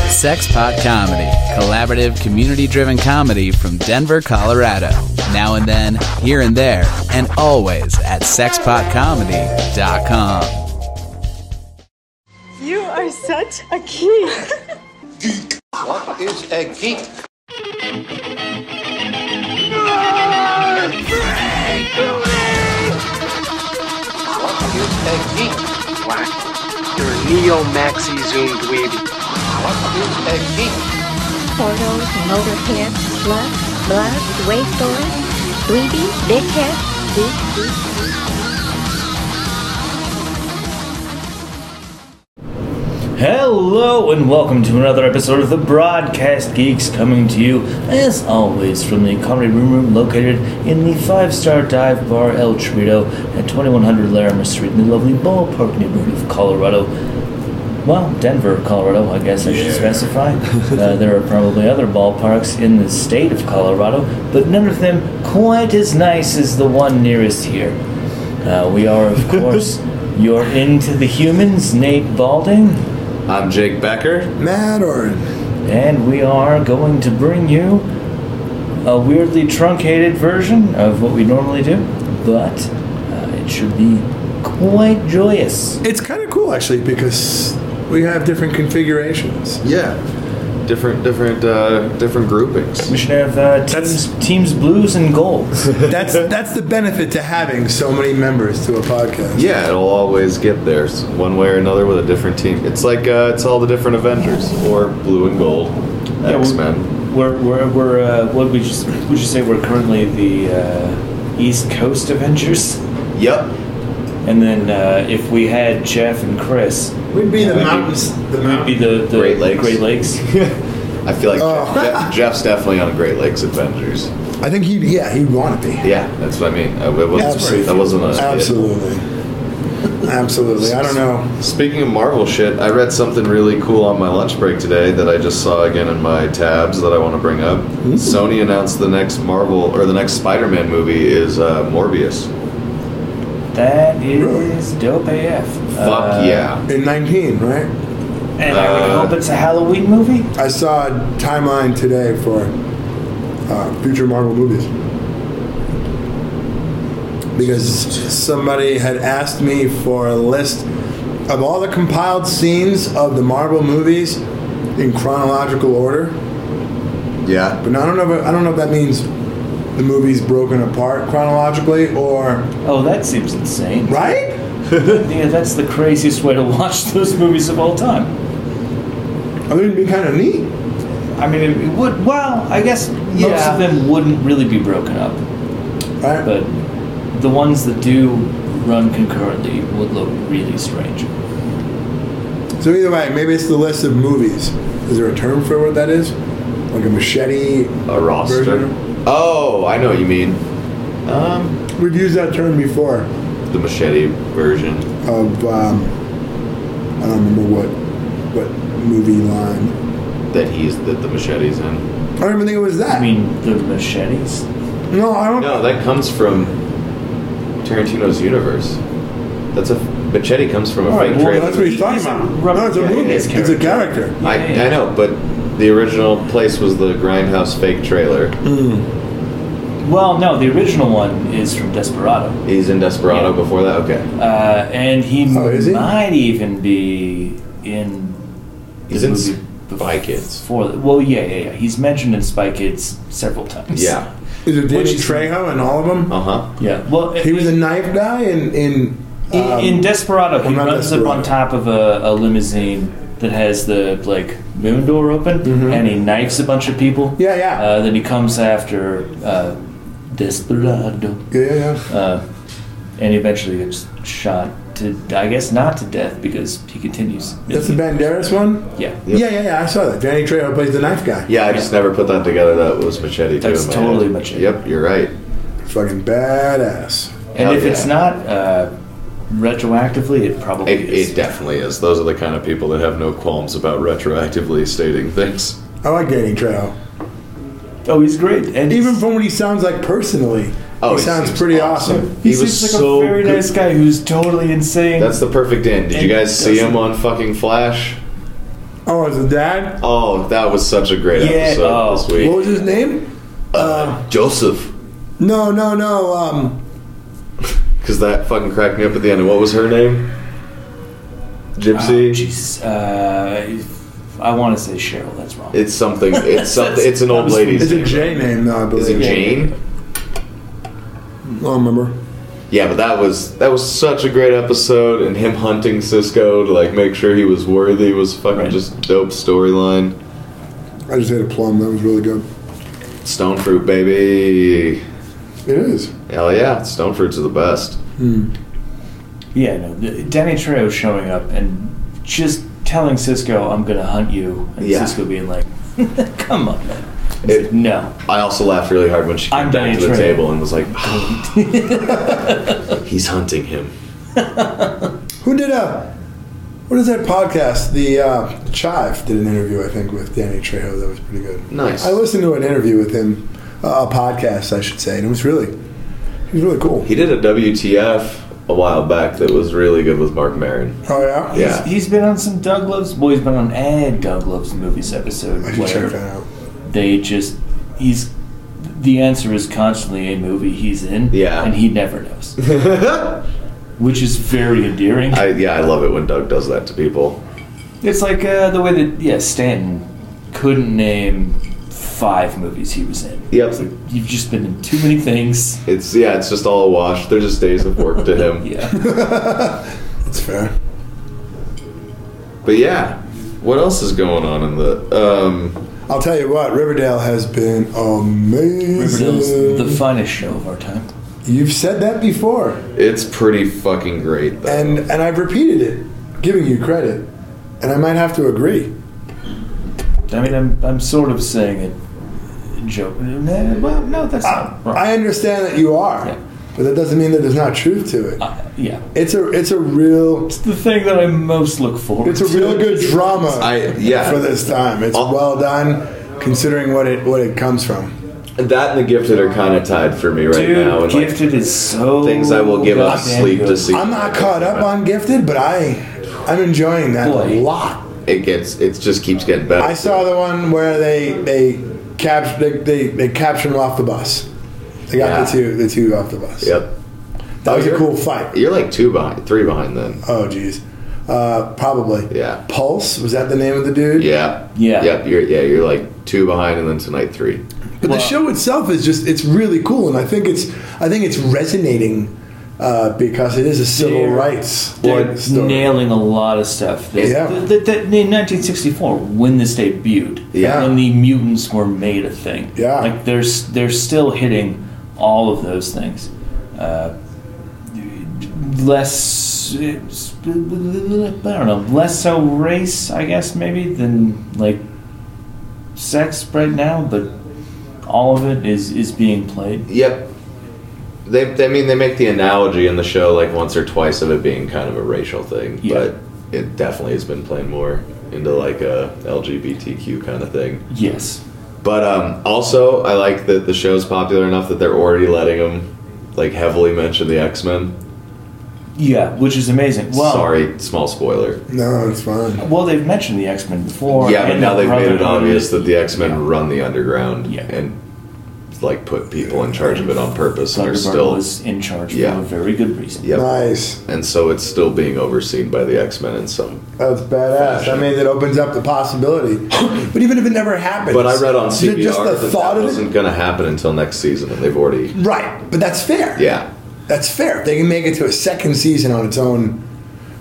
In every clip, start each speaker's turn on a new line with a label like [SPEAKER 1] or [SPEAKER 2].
[SPEAKER 1] Sexpot Comedy, collaborative, community driven comedy from Denver, Colorado. Now and then, here and there, and always at sexpotcomedy.com.
[SPEAKER 2] You are such a geek.
[SPEAKER 3] What is a geek? What is a geek?
[SPEAKER 4] You're a neo maxi zoom dweeby.
[SPEAKER 3] What is a geek?
[SPEAKER 5] Portals, motorhead, slut, blood, wasteoid, dweeby, dickhead, geek, geek.
[SPEAKER 6] Hello and welcome to another episode of the Broadcast Geeks coming to you as always from the Comedy Room Room located in the five star dive bar El Chorito at 2100 Larimer Street in the lovely ballpark neighborhood of Colorado. Well, Denver, Colorado, I guess I should specify. Uh, there are probably other ballparks in the state of Colorado, but none of them quite as nice as the one nearest here. Uh, we are, of course, you're into the humans, Nate Balding.
[SPEAKER 7] I'm Jake Becker.
[SPEAKER 8] Mad Orin.
[SPEAKER 6] And we are going to bring you a weirdly truncated version of what we normally do, but uh, it should be quite joyous.
[SPEAKER 8] It's kind of cool actually because we have different configurations.
[SPEAKER 7] Yeah, different, different, uh, different groupings.
[SPEAKER 6] We should have uh,
[SPEAKER 8] That's-
[SPEAKER 6] teams, teams blues and golds.
[SPEAKER 8] That's that's the benefit to having so many members to a podcast.
[SPEAKER 7] Yeah, it'll always get there s- one way or another with a different team. It's like uh, it's all the different Avengers or Blue and Gold,
[SPEAKER 6] Yeah,
[SPEAKER 7] X
[SPEAKER 6] we-
[SPEAKER 7] Men.
[SPEAKER 6] We're, we're, we're uh, what would you, s- would you say we're currently the uh, East Coast Avengers?
[SPEAKER 7] Yep.
[SPEAKER 6] And then uh, if we had Jeff and Chris,
[SPEAKER 8] We'd be the
[SPEAKER 6] we'd
[SPEAKER 8] mountains.
[SPEAKER 6] Be,
[SPEAKER 8] The
[SPEAKER 6] we'd be
[SPEAKER 8] mountain.
[SPEAKER 6] the, the
[SPEAKER 7] Great Lakes.
[SPEAKER 6] Great Lakes.
[SPEAKER 7] I feel like
[SPEAKER 8] Oh.
[SPEAKER 7] Jeff, Jeff's definitely on Great Lakes Avengers.
[SPEAKER 8] I think he. Yeah, he'd want to be.
[SPEAKER 7] Yeah, that's what I mean. I, it wasn't,
[SPEAKER 8] Absolutely.
[SPEAKER 7] That wasn't a
[SPEAKER 8] Absolutely. Absolutely. I don't know.
[SPEAKER 7] Speaking of Marvel shit, I read something really cool on my lunch break today that I just saw again in my tabs that I want to bring up.
[SPEAKER 8] Mm-hmm.
[SPEAKER 7] Sony announced the next Marvel or the next Spider-Man movie is uh, Morbius.
[SPEAKER 6] That is dope AF. Uh,
[SPEAKER 7] Fuck yeah!
[SPEAKER 8] In 19, right?
[SPEAKER 6] And I would
[SPEAKER 7] Uh,
[SPEAKER 6] hope it's a Halloween movie.
[SPEAKER 8] I saw a timeline today for uh, future Marvel movies. Because somebody had asked me for a list of all the compiled scenes of the Marvel movies in chronological order.
[SPEAKER 7] Yeah,
[SPEAKER 8] But I don't know if, I don't know if that means the movie's broken apart chronologically or
[SPEAKER 6] Oh, that seems insane.
[SPEAKER 8] right?
[SPEAKER 6] Yeah, that's the craziest way to watch those movies of all time.
[SPEAKER 8] I mean, it'd be kind of neat.
[SPEAKER 6] I mean, it, it would. Well, I guess most
[SPEAKER 7] Yeah.
[SPEAKER 6] of them wouldn't really be broken up,
[SPEAKER 8] Right?
[SPEAKER 6] but the ones that do run concurrently would look really strange.
[SPEAKER 8] So either way, maybe it's the list of movies. Is there a term for what that is? Like a machete?
[SPEAKER 7] a roster.
[SPEAKER 8] version?
[SPEAKER 7] Oh, I know what you mean. Um,
[SPEAKER 8] We've used that term before
[SPEAKER 7] the machete version.
[SPEAKER 8] of um, I don't remember what what movie line.
[SPEAKER 7] That he's that the machete's in.
[SPEAKER 8] I don't even think it was that.
[SPEAKER 6] I mean, the machetes.
[SPEAKER 8] no, I don't.
[SPEAKER 7] No, that comes from Tarantino's universe. That's a machete comes from a
[SPEAKER 8] All right,
[SPEAKER 7] fake
[SPEAKER 8] well,
[SPEAKER 7] trailer.
[SPEAKER 8] that's what he's talking
[SPEAKER 6] He's a
[SPEAKER 8] about.
[SPEAKER 6] rubber-
[SPEAKER 8] no, it's a
[SPEAKER 6] yeah,
[SPEAKER 8] movie.
[SPEAKER 6] his
[SPEAKER 8] It's a character.
[SPEAKER 7] I,
[SPEAKER 6] Yeah, yeah.
[SPEAKER 7] I know, but the original place was the Grindhouse fake trailer.
[SPEAKER 6] Well, no, the original one is from Desperado.
[SPEAKER 7] He's in Desperado
[SPEAKER 6] Yeah.
[SPEAKER 7] before that. Okay,
[SPEAKER 6] Uh, and he
[SPEAKER 8] Oh, is he?
[SPEAKER 6] might even be in. the
[SPEAKER 7] He's in
[SPEAKER 6] movie
[SPEAKER 7] Spy Kids.
[SPEAKER 6] before that. well, yeah, yeah, yeah. He's mentioned in Spy Kids several times.
[SPEAKER 7] Yeah.
[SPEAKER 8] Is it Danny
[SPEAKER 6] Which is-
[SPEAKER 8] Trejo in all of them?
[SPEAKER 7] Uh huh.
[SPEAKER 6] yeah. Well,
[SPEAKER 8] He was a knife guy in in.
[SPEAKER 6] in,
[SPEAKER 8] um,
[SPEAKER 6] in Desperado.
[SPEAKER 8] well,
[SPEAKER 6] He
[SPEAKER 8] not
[SPEAKER 6] runs up on
[SPEAKER 8] Desperado.
[SPEAKER 6] top of a, a limousine that has the like moon door open, and he knifes a bunch of people.
[SPEAKER 8] Mm-hmm. Yeah, yeah.
[SPEAKER 6] Uh, then he comes after uh, Desperado,
[SPEAKER 8] yeah, yeah, yeah.
[SPEAKER 6] uh, and he eventually gets shot to, I guess, not to death because he continues.
[SPEAKER 8] That's the Banderas one.
[SPEAKER 6] yeah.
[SPEAKER 7] Yep.
[SPEAKER 8] Yeah, yeah, yeah. I saw that. Danny Trejo plays the knife guy.
[SPEAKER 7] Yeah, I just never put that together. That it was machete. too
[SPEAKER 6] That's
[SPEAKER 7] in my
[SPEAKER 6] totally
[SPEAKER 7] head.
[SPEAKER 6] machete.
[SPEAKER 7] Yep, you're right.
[SPEAKER 8] Fucking badass.
[SPEAKER 6] And
[SPEAKER 7] Hell
[SPEAKER 6] if
[SPEAKER 7] yeah.
[SPEAKER 6] it's not uh, retroactively, it probably
[SPEAKER 7] It,
[SPEAKER 6] is.
[SPEAKER 7] it definitely is. Those are the kind of people that have no qualms about retroactively stating things.
[SPEAKER 8] I like Danny Trejo.
[SPEAKER 6] oh, he's great. And
[SPEAKER 8] Even
[SPEAKER 6] he's-
[SPEAKER 8] from what he sounds like personally,
[SPEAKER 7] Oh,
[SPEAKER 8] he
[SPEAKER 7] he
[SPEAKER 8] sounds
[SPEAKER 7] seems
[SPEAKER 8] pretty
[SPEAKER 7] awesome.
[SPEAKER 8] awesome.
[SPEAKER 6] he,
[SPEAKER 7] he was
[SPEAKER 6] seems like
[SPEAKER 7] so
[SPEAKER 6] a very
[SPEAKER 7] good.
[SPEAKER 6] nice guy who's totally insane.
[SPEAKER 7] That's the perfect end. Did you
[SPEAKER 6] And
[SPEAKER 7] guys see him
[SPEAKER 6] doesn't-
[SPEAKER 7] on fucking Flash?
[SPEAKER 8] Oh, it's a dad.
[SPEAKER 7] Oh, that was such a great
[SPEAKER 6] Yeah.
[SPEAKER 7] episode
[SPEAKER 6] Oh.
[SPEAKER 7] this
[SPEAKER 8] What
[SPEAKER 7] week.
[SPEAKER 8] was his name?
[SPEAKER 7] Joseph.
[SPEAKER 8] No, no, no. Um,
[SPEAKER 7] Because that fucking cracked me up at the end. And what was her name? Gypsy?
[SPEAKER 6] Oh, Jeez, uh, I want to say Cheryl. That's wrong.
[SPEAKER 7] it's something. It's something. It's an old lady's
[SPEAKER 8] it's a
[SPEAKER 7] name.
[SPEAKER 8] J name, though. I believe.
[SPEAKER 7] Is it Jane?
[SPEAKER 8] I don't remember.
[SPEAKER 7] Yeah, but that was that was such a great episode, and him hunting Cisco to like make sure he was worthy was fucking
[SPEAKER 6] Right.
[SPEAKER 7] just dope storyline.
[SPEAKER 8] I just ate a plum. That was really good.
[SPEAKER 7] Stone fruit, baby.
[SPEAKER 8] It is.
[SPEAKER 7] Hell yeah, stone fruits are the best.
[SPEAKER 6] Yeah, no. the- Danny Trejo showing up and just telling Cisco, "I'm gonna hunt you," and
[SPEAKER 7] Yeah.
[SPEAKER 6] Cisco being like, "Come on, man." He's
[SPEAKER 7] It-
[SPEAKER 6] like, no.
[SPEAKER 7] I also laughed really hard when she
[SPEAKER 6] I'm
[SPEAKER 7] came down
[SPEAKER 6] Danny
[SPEAKER 7] to the
[SPEAKER 6] Trejo.
[SPEAKER 7] table and was like, "Oh." "He's hunting him."
[SPEAKER 8] Who did a? What is that podcast? The uh, Chive did an interview, I think, with Danny Trejo. That was pretty good.
[SPEAKER 7] Nice.
[SPEAKER 8] I listened to an interview with him, uh, a podcast, I should say, and it was really, it was really cool.
[SPEAKER 7] He did a WTF a while back that was really good with Mark Maron.
[SPEAKER 8] Oh yeah,
[SPEAKER 7] Yeah.
[SPEAKER 6] He's- he's been on some Doug Loves. Well, he's been on a Doug Loves movies episode
[SPEAKER 8] I should check
[SPEAKER 6] where
[SPEAKER 8] that out.
[SPEAKER 6] they just he's the answer is constantly a movie he's in.
[SPEAKER 7] Yeah.
[SPEAKER 6] and he never knows, which is very endearing.
[SPEAKER 7] I yeah, I love it when Doug does that to people.
[SPEAKER 6] It's like uh, the way that yeah, Stanton couldn't name five movies he was in.
[SPEAKER 7] Yep.
[SPEAKER 6] It's like, you've just been in too many things.
[SPEAKER 7] It's yeah, it's just all a wash. They're just days of work to him.
[SPEAKER 6] Yeah,
[SPEAKER 8] That's fair.
[SPEAKER 7] But yeah, what else is going on in the? Um,
[SPEAKER 8] I'll tell you what, Riverdale has been amazing.
[SPEAKER 6] Brazil's the finest show of our time.
[SPEAKER 8] You've said that before,
[SPEAKER 7] it's pretty fucking great. Though.
[SPEAKER 8] and and I've repeated it, giving you credit, and I might have to agree.
[SPEAKER 6] I mean, I'm I'm sort of saying it, joke. No, well, no, that's
[SPEAKER 8] Ah,
[SPEAKER 6] not wrong.
[SPEAKER 8] I understand that you are,
[SPEAKER 6] Yeah.
[SPEAKER 8] but that doesn't mean that there's not truth to it.
[SPEAKER 6] Uh, yeah,
[SPEAKER 8] It's a it's a real
[SPEAKER 6] it's the thing that I most look forward.
[SPEAKER 8] it's a
[SPEAKER 6] to.
[SPEAKER 8] real good drama
[SPEAKER 7] I yeah,
[SPEAKER 8] for this time. It's
[SPEAKER 7] Oh.
[SPEAKER 8] well done, considering what it what it comes from.
[SPEAKER 7] that and the gifted are kind of tied for me right
[SPEAKER 6] Dude,
[SPEAKER 7] now. And like,
[SPEAKER 6] gifted is so
[SPEAKER 7] things I will give up
[SPEAKER 6] goddamn
[SPEAKER 7] sleep
[SPEAKER 6] good.
[SPEAKER 7] to see.
[SPEAKER 8] Oh, I'm not caught up on Gifted, but I I'm enjoying that
[SPEAKER 6] Boy.
[SPEAKER 8] a lot.
[SPEAKER 7] It gets it just keeps getting better.
[SPEAKER 8] I saw the one where they they cap they they, they captured him off the bus. They got the
[SPEAKER 7] Yeah.
[SPEAKER 8] two the two off the bus.
[SPEAKER 7] Yep.
[SPEAKER 8] that was
[SPEAKER 7] Oh,
[SPEAKER 8] a
[SPEAKER 7] you're-
[SPEAKER 8] cool fight.
[SPEAKER 7] You're like two behind, three behind then.
[SPEAKER 8] Oh geez, uh, probably.
[SPEAKER 7] Yeah.
[SPEAKER 8] Pulse was that the name of the dude?
[SPEAKER 7] Yeah.
[SPEAKER 6] Yeah.
[SPEAKER 7] Yep. You're yeah. You're like two behind, and then tonight three.
[SPEAKER 8] But the show itself is just it's really cool, and I think it's I think it's resonating uh, because it is a civil
[SPEAKER 6] They're-
[SPEAKER 8] rights
[SPEAKER 6] They're
[SPEAKER 8] story.
[SPEAKER 6] nailing a lot of stuff. That,
[SPEAKER 8] Yeah.
[SPEAKER 6] that- that- that- in 1964, when this debuted,
[SPEAKER 7] Yeah.
[SPEAKER 6] when the mutants were made a thing,
[SPEAKER 8] Yeah.
[SPEAKER 6] like they're s- they're still hitting all of those things. Uh, less, it's- I don't know, less so race, I guess maybe than like sex right now, but all of it is is being played.
[SPEAKER 7] Yep. They, they I mean they make the analogy in the show like once or twice of it being kind of a racial thing,
[SPEAKER 6] Yeah.
[SPEAKER 7] but it definitely has been playing more into like a LGBTQ kind of thing.
[SPEAKER 6] Yes.
[SPEAKER 7] But um, also, I like that the show's popular enough that they're already letting them like heavily mention the X Men.
[SPEAKER 6] Yeah, which is amazing. Well,
[SPEAKER 7] Sorry, small spoiler.
[SPEAKER 8] No, it's fine.
[SPEAKER 6] Well, they've mentioned the X Men before.
[SPEAKER 7] yeah, but
[SPEAKER 6] and
[SPEAKER 7] now
[SPEAKER 6] the
[SPEAKER 7] they've made it
[SPEAKER 6] Brotherhood.
[SPEAKER 7] obvious that the X Men run the underground
[SPEAKER 6] Yeah.
[SPEAKER 7] and like put people in charge of it on purpose, and
[SPEAKER 6] Thunderbird
[SPEAKER 7] they're still
[SPEAKER 6] was in charge
[SPEAKER 7] Yeah.
[SPEAKER 6] for a very good reason.
[SPEAKER 7] yep.
[SPEAKER 8] Nice.
[SPEAKER 7] and so it's still being overseen by the X Men in some
[SPEAKER 8] That's badass. I mean, it opens up the possibility. but even if it never happens,
[SPEAKER 7] But I read on
[SPEAKER 8] ju-
[SPEAKER 7] CBR
[SPEAKER 8] just the
[SPEAKER 7] that
[SPEAKER 8] thought
[SPEAKER 7] that
[SPEAKER 8] of
[SPEAKER 7] wasn't
[SPEAKER 8] it.
[SPEAKER 7] going to happen until next season, and they've already
[SPEAKER 8] Right, but that's fair.
[SPEAKER 7] yeah.
[SPEAKER 8] that's fair. If they can make it to a second season on its own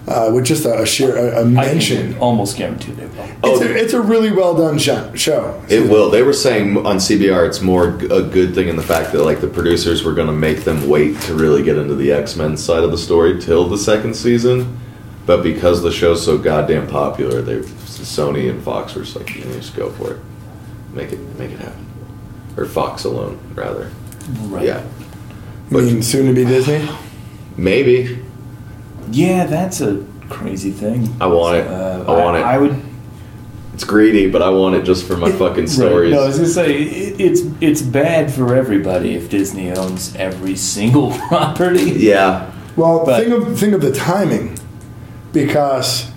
[SPEAKER 8] uh, with just a, a sheer a, a
[SPEAKER 6] I can
[SPEAKER 8] mention.
[SPEAKER 6] almost guarantee they will.
[SPEAKER 8] It's,
[SPEAKER 7] Oh.
[SPEAKER 8] a, it's a really well done show. show.
[SPEAKER 7] It will. They were saying on CBR, it's more g- a good thing in the fact that like the producers were going to make them wait to really get into the X Men side of the story till the second season, but because the show's so goddamn popular, they Sony and Fox were just like, yeah, just go for it, make it make it happen, or Fox alone rather.
[SPEAKER 6] Right.
[SPEAKER 7] Yeah,
[SPEAKER 8] I mean, soon to be Disney.
[SPEAKER 7] maybe
[SPEAKER 6] Yeah, that's a crazy thing. Uh,
[SPEAKER 7] I want it. I want it.
[SPEAKER 6] I would.
[SPEAKER 7] it's greedy, but I want it just for my fucking stories.
[SPEAKER 6] Right. No, I was gonna say it, it's it's bad for everybody if Disney owns every single property.
[SPEAKER 7] Yeah,
[SPEAKER 8] Well,
[SPEAKER 6] But-
[SPEAKER 8] think of think of the timing, because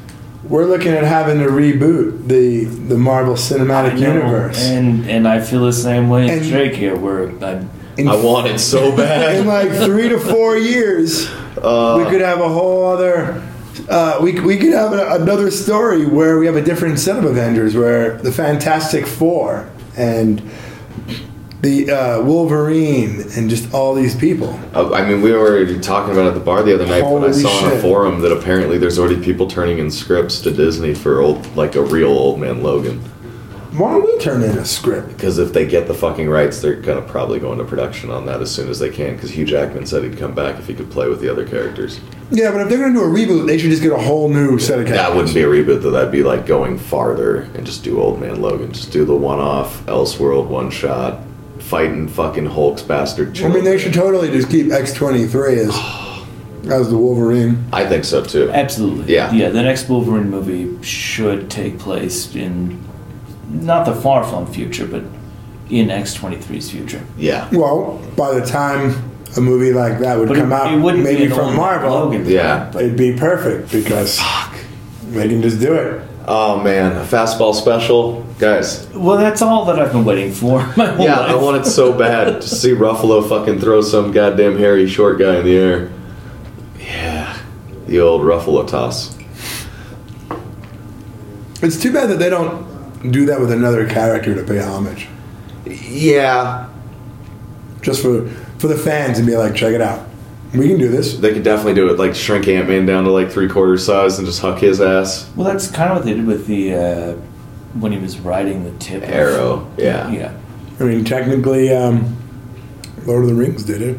[SPEAKER 8] We're looking at having to reboot the the Marvel Cinematic
[SPEAKER 6] I know,
[SPEAKER 8] Universe.
[SPEAKER 6] And and I feel the same way as
[SPEAKER 8] And-
[SPEAKER 6] Drake here, where I,
[SPEAKER 8] in,
[SPEAKER 7] I want it so
[SPEAKER 8] in
[SPEAKER 7] bad.
[SPEAKER 8] like three to four years, we could have a whole other. Uh, we, we could have a, another story where we have a different set of Avengers, where the Fantastic Four and the uh, Wolverine and just all these people.
[SPEAKER 7] Uh, I mean, we were already talking about it at the bar the other night, but I
[SPEAKER 8] Holy
[SPEAKER 7] saw on a
[SPEAKER 8] shit.
[SPEAKER 7] forum that apparently there's already people turning in scripts to Disney for old, like a real old man Logan.
[SPEAKER 8] Why don't we turn in a script?
[SPEAKER 7] Because if they get the fucking rights, they're gonna probably go into production on that as soon as they can. Because Hugh Jackman said he'd come back if he could play with the other characters.
[SPEAKER 8] Yeah, but if they're gonna do a reboot, they should just get a whole new set of characters.
[SPEAKER 7] That wouldn't be a reboot, though. That'd be like going farther and just do Old Man Logan. Just do the one-off Elseworld one-shot fighting fucking Hulk's bastard.
[SPEAKER 8] I mean,
[SPEAKER 7] children.
[SPEAKER 8] they should totally just keep X twenty three as as the Wolverine.
[SPEAKER 7] I think so too.
[SPEAKER 6] absolutely.
[SPEAKER 7] Yeah.
[SPEAKER 6] Yeah. The next Wolverine movie should take place in not the far flung future, but in X23's future.
[SPEAKER 7] Yeah.
[SPEAKER 8] Well, by the time a movie like that would
[SPEAKER 6] But
[SPEAKER 8] come
[SPEAKER 6] it-
[SPEAKER 8] out,
[SPEAKER 6] it wouldn't be
[SPEAKER 8] maybe
[SPEAKER 6] an
[SPEAKER 8] from
[SPEAKER 6] old
[SPEAKER 8] Marvel,
[SPEAKER 6] Logan.
[SPEAKER 7] Yeah.
[SPEAKER 8] it'd be perfect because they can just do it.
[SPEAKER 7] Oh man, a fastball special, guys.
[SPEAKER 6] Well, that's all that I've been waiting for. Oh, My whole
[SPEAKER 7] Yeah,
[SPEAKER 6] life.
[SPEAKER 7] I want it so bad to see Ruffalo fucking throw some goddamn hairy short guy in the air. Yeah, the old Ruffalo toss.
[SPEAKER 8] It's too bad that they don't do that with another character to pay homage,
[SPEAKER 7] Yeah,
[SPEAKER 8] just for for the fans and be like, check it out, we can do this.
[SPEAKER 7] they could definitely do it. Like shrink Ant Man down to like three quarter size and just huck his ass.
[SPEAKER 6] Well, that's kind of what they did with the uh, when he was riding the tip of-
[SPEAKER 7] Arrow. Yeah. Yeah.
[SPEAKER 6] Yeah.
[SPEAKER 8] I mean, technically, um, Lord of the Rings did it.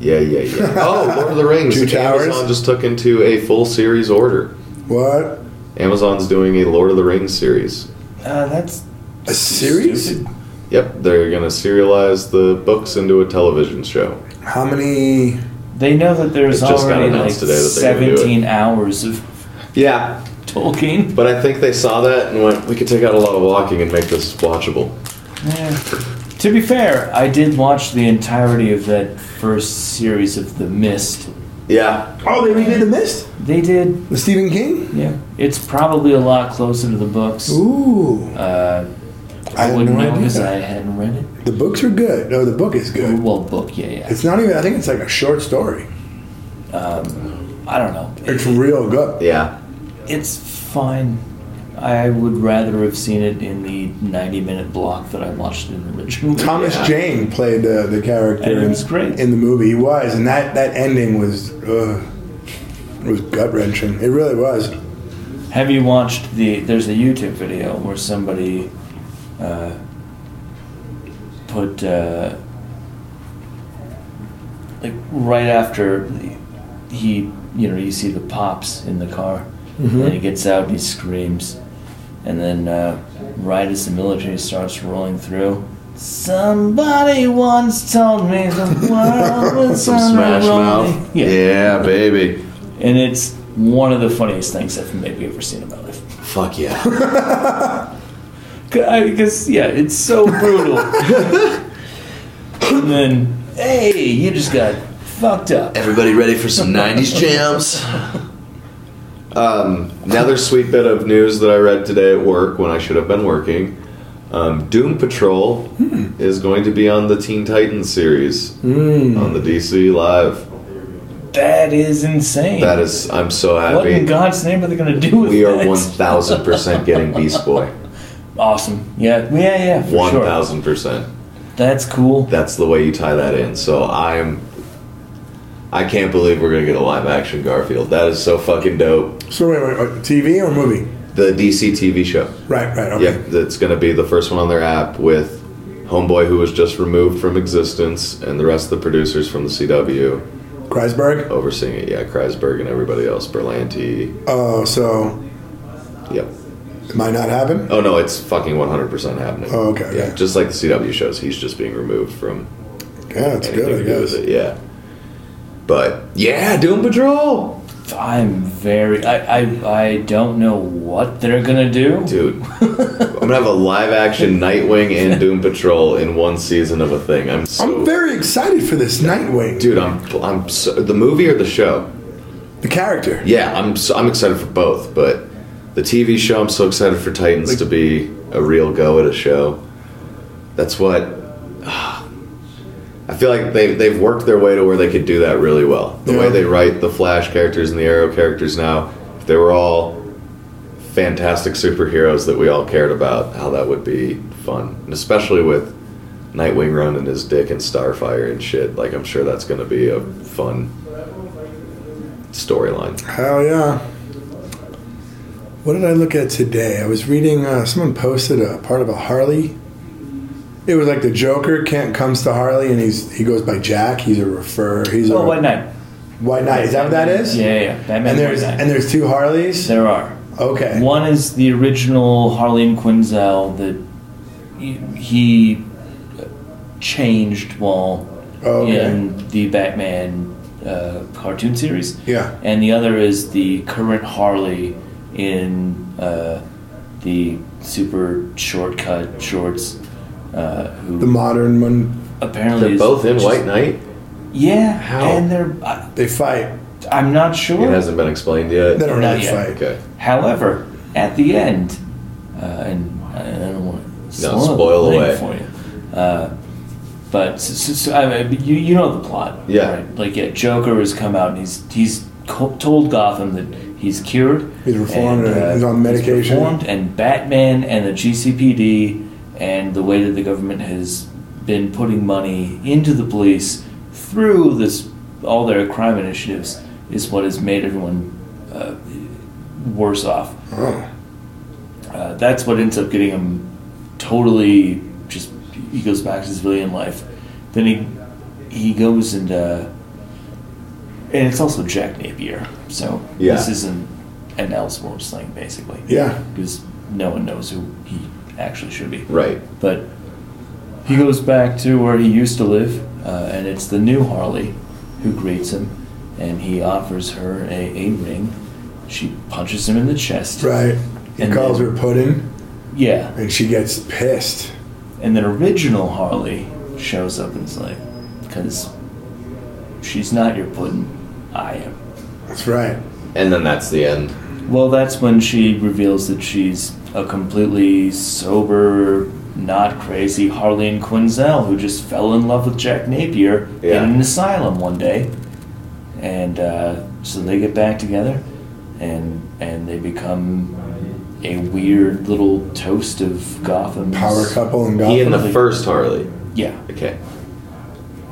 [SPEAKER 7] Yeah. Yeah. Oh, Lord of the Rings.
[SPEAKER 8] Two towers.
[SPEAKER 7] Amazon just took into a full series order.
[SPEAKER 8] What
[SPEAKER 7] Amazon's doing a Lord of the Rings series.
[SPEAKER 6] Uh, that's
[SPEAKER 8] a series?
[SPEAKER 6] stupid.
[SPEAKER 7] Yep, they're gonna serialize the books into a television show.
[SPEAKER 8] How many?
[SPEAKER 6] They know that there's
[SPEAKER 7] It just got
[SPEAKER 6] already like
[SPEAKER 7] announced today that they're gonna do it.
[SPEAKER 6] 17 hours of
[SPEAKER 7] Yeah,
[SPEAKER 6] Tolkien.
[SPEAKER 7] But I think they saw that and went, we could take out a lot of walking and make this watchable.
[SPEAKER 6] To be fair, I did watch the entirety of that first series of The Mist.
[SPEAKER 7] Yeah.
[SPEAKER 8] Oh, they redid the Mist,
[SPEAKER 6] They did.
[SPEAKER 8] the Stephen King.
[SPEAKER 6] Yeah. It's probably a lot closer to the books.
[SPEAKER 8] Ooh,
[SPEAKER 6] Uh,
[SPEAKER 8] I
[SPEAKER 6] I
[SPEAKER 8] had
[SPEAKER 6] wouldn't
[SPEAKER 8] no
[SPEAKER 6] know
[SPEAKER 8] idea.
[SPEAKER 6] because I hadn't read it.
[SPEAKER 8] the books are good. No, the book is good.
[SPEAKER 6] Well, book, yeah, yeah.
[SPEAKER 8] It's not even. I think it's like a short story.
[SPEAKER 6] I don't know.
[SPEAKER 8] It's real good.
[SPEAKER 7] Yeah.
[SPEAKER 6] It's fine. I would rather have seen it in the 90 minute block that I watched it in the original.
[SPEAKER 8] Thomas
[SPEAKER 7] Yeah.
[SPEAKER 8] Jane played the, the character
[SPEAKER 6] And he
[SPEAKER 8] in,
[SPEAKER 6] was great.
[SPEAKER 8] in the movie. He was, and that, that ending was uh, was gut wrenching. It really was.
[SPEAKER 6] Have you watched the? There's a YouTube video where somebody uh, put uh, like right after he, you know, you see the pops in the car,
[SPEAKER 7] Mm-hmm.
[SPEAKER 6] and he gets out and he screams, and then uh, right as the military starts rolling through. Somebody once told me the world was
[SPEAKER 7] Some smash mouth.
[SPEAKER 6] Yeah.
[SPEAKER 7] Yeah. baby.
[SPEAKER 6] and it's one of the funniest things I've maybe ever seen in my life.
[SPEAKER 7] Fuck yeah.
[SPEAKER 6] Because yeah, it's so brutal. and then, hey, you just got fucked up.
[SPEAKER 7] Everybody ready for some 90s jams? Um, another sweet bit of news that I read today at work when I should have been working. Um, Doom Patrol is going to be on the Teen Titans series on the DC Live.
[SPEAKER 6] That is insane.
[SPEAKER 7] That is, I'm so
[SPEAKER 6] what in
[SPEAKER 7] happy.
[SPEAKER 6] God's name are they gonna do with
[SPEAKER 7] We are
[SPEAKER 6] that?
[SPEAKER 7] 1000% getting Beast Boy.
[SPEAKER 6] Awesome. Yeah. Yeah. Yeah. For
[SPEAKER 7] One
[SPEAKER 6] sure.
[SPEAKER 7] thousand percent.
[SPEAKER 6] That's cool.
[SPEAKER 7] That's the way you tie that in. So I'm, I can't believe we're gonna get a live action Garfield. That is so fucking dope.
[SPEAKER 8] So wait, wait, wait, TV or movie?
[SPEAKER 7] The DC TV show.
[SPEAKER 8] Right, right, okay.
[SPEAKER 7] Yep, that's gonna be the first one on their app with Homeboy, who was just removed from existence, and the rest of the producers from the CW
[SPEAKER 8] Kreisberg.
[SPEAKER 7] overseeing it. Yeah, Kreisberg and everybody else. Berlanti.
[SPEAKER 8] Oh, so
[SPEAKER 7] Yep.
[SPEAKER 8] it might not happen.
[SPEAKER 7] Oh no, it's fucking one hundred percent happening.
[SPEAKER 8] Oh, okay,
[SPEAKER 7] Yeah,
[SPEAKER 8] okay.
[SPEAKER 7] just like the CW shows, he's just being removed from
[SPEAKER 8] Yeah, it's
[SPEAKER 7] anything
[SPEAKER 8] good. I
[SPEAKER 7] to do
[SPEAKER 8] guess.
[SPEAKER 7] with it. Yeah. But yeah, Doom Patrol.
[SPEAKER 6] I'm very. I, I. I. don't know what they're gonna do.
[SPEAKER 7] Dude, I'm gonna have a live action Nightwing and Doom Patrol in one season of a thing. I'm so
[SPEAKER 8] I'm very excited for this Nightwing.
[SPEAKER 7] dude. I'm I'm so, the movie or the show.
[SPEAKER 8] The character.
[SPEAKER 7] Yeah, I'm so, I'm excited for both, but The TV show, I'm so excited for Titans to be a real go at a show. That's what. I feel like they've, they've worked their way to where they could do that really well. The way
[SPEAKER 8] Yeah.
[SPEAKER 7] they write the Flash characters and the Arrow characters now, if they were all fantastic superheroes that we all cared about, how that would be fun. And especially with Nightwing running his dick and Starfire and shit. Like, I'm sure that's going to be a fun storyline.
[SPEAKER 8] Hell yeah. What did I look at today? I was reading, uh, someone posted a part of a Harley. It was like the Joker can't comes to Harley and he's he goes by Jack. He's a refer. He's
[SPEAKER 6] Oh,
[SPEAKER 8] a
[SPEAKER 6] White Knight.
[SPEAKER 8] White Knight. Is that what that is?
[SPEAKER 6] Yeah, yeah, yeah. Batman
[SPEAKER 8] And there's
[SPEAKER 6] White Knight.
[SPEAKER 8] and there's two Harleys.
[SPEAKER 6] there are.
[SPEAKER 8] Okay.
[SPEAKER 6] One is the original Harleen Quinzel that he, he changed while
[SPEAKER 8] Oh, okay.
[SPEAKER 6] in the Batman uh, cartoon series.
[SPEAKER 8] Yeah.
[SPEAKER 6] And the other is the current Harley in uh, the super shortcut shorts. Uh, who
[SPEAKER 8] The modern one.
[SPEAKER 6] apparently
[SPEAKER 7] They're
[SPEAKER 6] is
[SPEAKER 7] both in
[SPEAKER 6] just-
[SPEAKER 7] White Knight?
[SPEAKER 6] Yeah,
[SPEAKER 7] How?
[SPEAKER 6] and they're I,
[SPEAKER 8] They fight.
[SPEAKER 6] I'm not sure.
[SPEAKER 7] It hasn't been explained yet.
[SPEAKER 8] They don't
[SPEAKER 6] Not
[SPEAKER 8] really
[SPEAKER 6] yet.
[SPEAKER 8] fight.
[SPEAKER 7] Okay.
[SPEAKER 6] However, at the end, uh, and I I don't want to
[SPEAKER 7] No, spoil away.
[SPEAKER 6] for you, uh, but so, so, so, I mean, you you know the plot,
[SPEAKER 7] Yeah.
[SPEAKER 6] Like, yeah, Joker has come out and he's he's co- told Gotham that he's cured,
[SPEAKER 8] He's reformed and he's on medication.
[SPEAKER 6] uh, reformed, and Batman and the GCPD and the way that the government has been putting money into the police through this all their crime initiatives is what has made everyone uh, worse off.
[SPEAKER 8] Oh.
[SPEAKER 6] Uh, that's what ends up getting him totally just he goes back to civilian life. Then he he goes and uh, and it's also Jack Napier, so
[SPEAKER 7] Yeah.
[SPEAKER 6] this isn't an Elseworlds thing basically.
[SPEAKER 8] Yeah.
[SPEAKER 6] because no one knows who he actually should be.
[SPEAKER 7] Right.
[SPEAKER 6] But he goes back to where he used to live, uh, and it's the new Harley who greets him, and he offers her a, a ring. She punches him in the chest.
[SPEAKER 8] Right. He
[SPEAKER 6] And
[SPEAKER 8] calls
[SPEAKER 6] then-
[SPEAKER 8] her Puddin
[SPEAKER 6] Yeah.
[SPEAKER 8] and she gets pissed.
[SPEAKER 6] And then original Harley shows up and is like, because she's not your puddin', I am.
[SPEAKER 8] That's right.
[SPEAKER 7] And then that's the end.
[SPEAKER 6] Well, that's when she reveals that she's a completely sober, not crazy Harleen Quinzel who just fell in love with Jack Napier
[SPEAKER 7] Yeah.
[SPEAKER 6] in an asylum one day, and uh, so they get back together, and and they become a weird little toast of Gotham.
[SPEAKER 8] Power couple and
[SPEAKER 7] He
[SPEAKER 8] Gotham.
[SPEAKER 7] and the
[SPEAKER 6] Definitely.
[SPEAKER 7] first Harley.
[SPEAKER 6] Yeah.
[SPEAKER 7] Okay.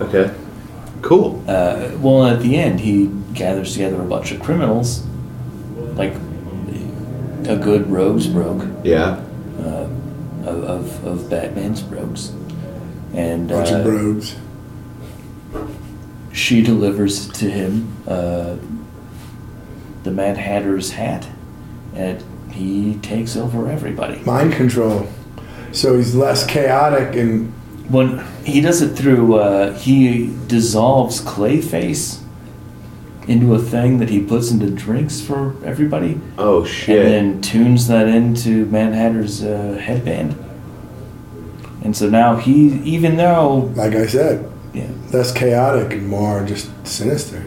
[SPEAKER 7] Okay. Cool.
[SPEAKER 6] Uh, well, at the end, he gathers together a bunch of criminals, like a good rogues broke.
[SPEAKER 7] yeah.
[SPEAKER 6] of, of, of Batman's rogues. And
[SPEAKER 8] Bunch of
[SPEAKER 6] uh,
[SPEAKER 8] brogues.
[SPEAKER 6] she delivers to him uh, the Mad Hatter's hat, and he takes over everybody.
[SPEAKER 8] Mind control. So he's less chaotic and
[SPEAKER 6] When he does it through, uh, he dissolves Clayface into a thing that he puts into drinks for everybody,
[SPEAKER 7] Oh shit.
[SPEAKER 6] and then tunes that into Mad Hatter's uh, headband. And so now he, even though,
[SPEAKER 8] like I said,
[SPEAKER 6] yeah,
[SPEAKER 8] less chaotic and more just sinister.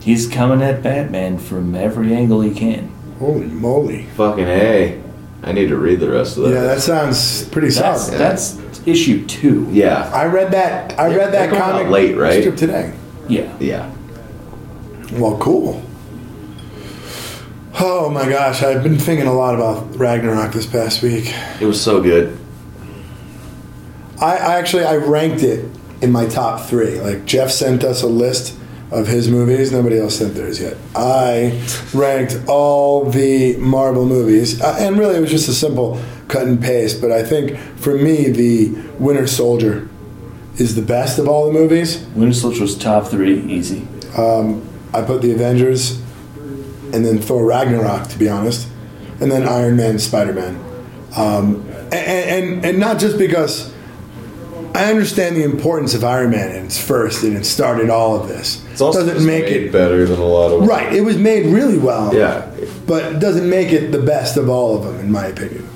[SPEAKER 6] He's coming at Batman from every angle he can.
[SPEAKER 8] Holy moly.
[SPEAKER 7] Fucking a. I need to read the rest of that.
[SPEAKER 8] Yeah, that sounds pretty
[SPEAKER 7] Oh,
[SPEAKER 6] That's,
[SPEAKER 8] solid.
[SPEAKER 6] that's issue two.
[SPEAKER 7] yeah.
[SPEAKER 8] I read that I read
[SPEAKER 7] They're
[SPEAKER 8] that
[SPEAKER 7] going out
[SPEAKER 8] comic
[SPEAKER 7] late, right?
[SPEAKER 8] strip today.
[SPEAKER 6] Yeah.
[SPEAKER 7] Yeah.
[SPEAKER 8] Well, cool. Oh my gosh, I've been thinking a lot about Ragnarok this past week.
[SPEAKER 7] It was so good.
[SPEAKER 8] I, I actually I ranked it in my top three. Like Jeff sent us a list of his movies. Nobody else sent theirs yet. I ranked all the Marvel movies, uh, and really it was just a simple cut and paste. But I think for me, the Winter Soldier is the best of all the movies.
[SPEAKER 6] Winter Soldier's top three, easy.
[SPEAKER 8] I put the Avengers, and then Thor Ragnarok, to be honest, and then Iron Man, Spider Man, um, and, and and not just because I understand the importance of Iron Man and it's first and it started all of this.
[SPEAKER 7] It's also
[SPEAKER 8] doesn't
[SPEAKER 7] just
[SPEAKER 8] make
[SPEAKER 7] made
[SPEAKER 8] it
[SPEAKER 7] better than a lot of
[SPEAKER 8] right. It was made really well.
[SPEAKER 7] Yeah.
[SPEAKER 8] but doesn't make it the best of all of them, in my opinion.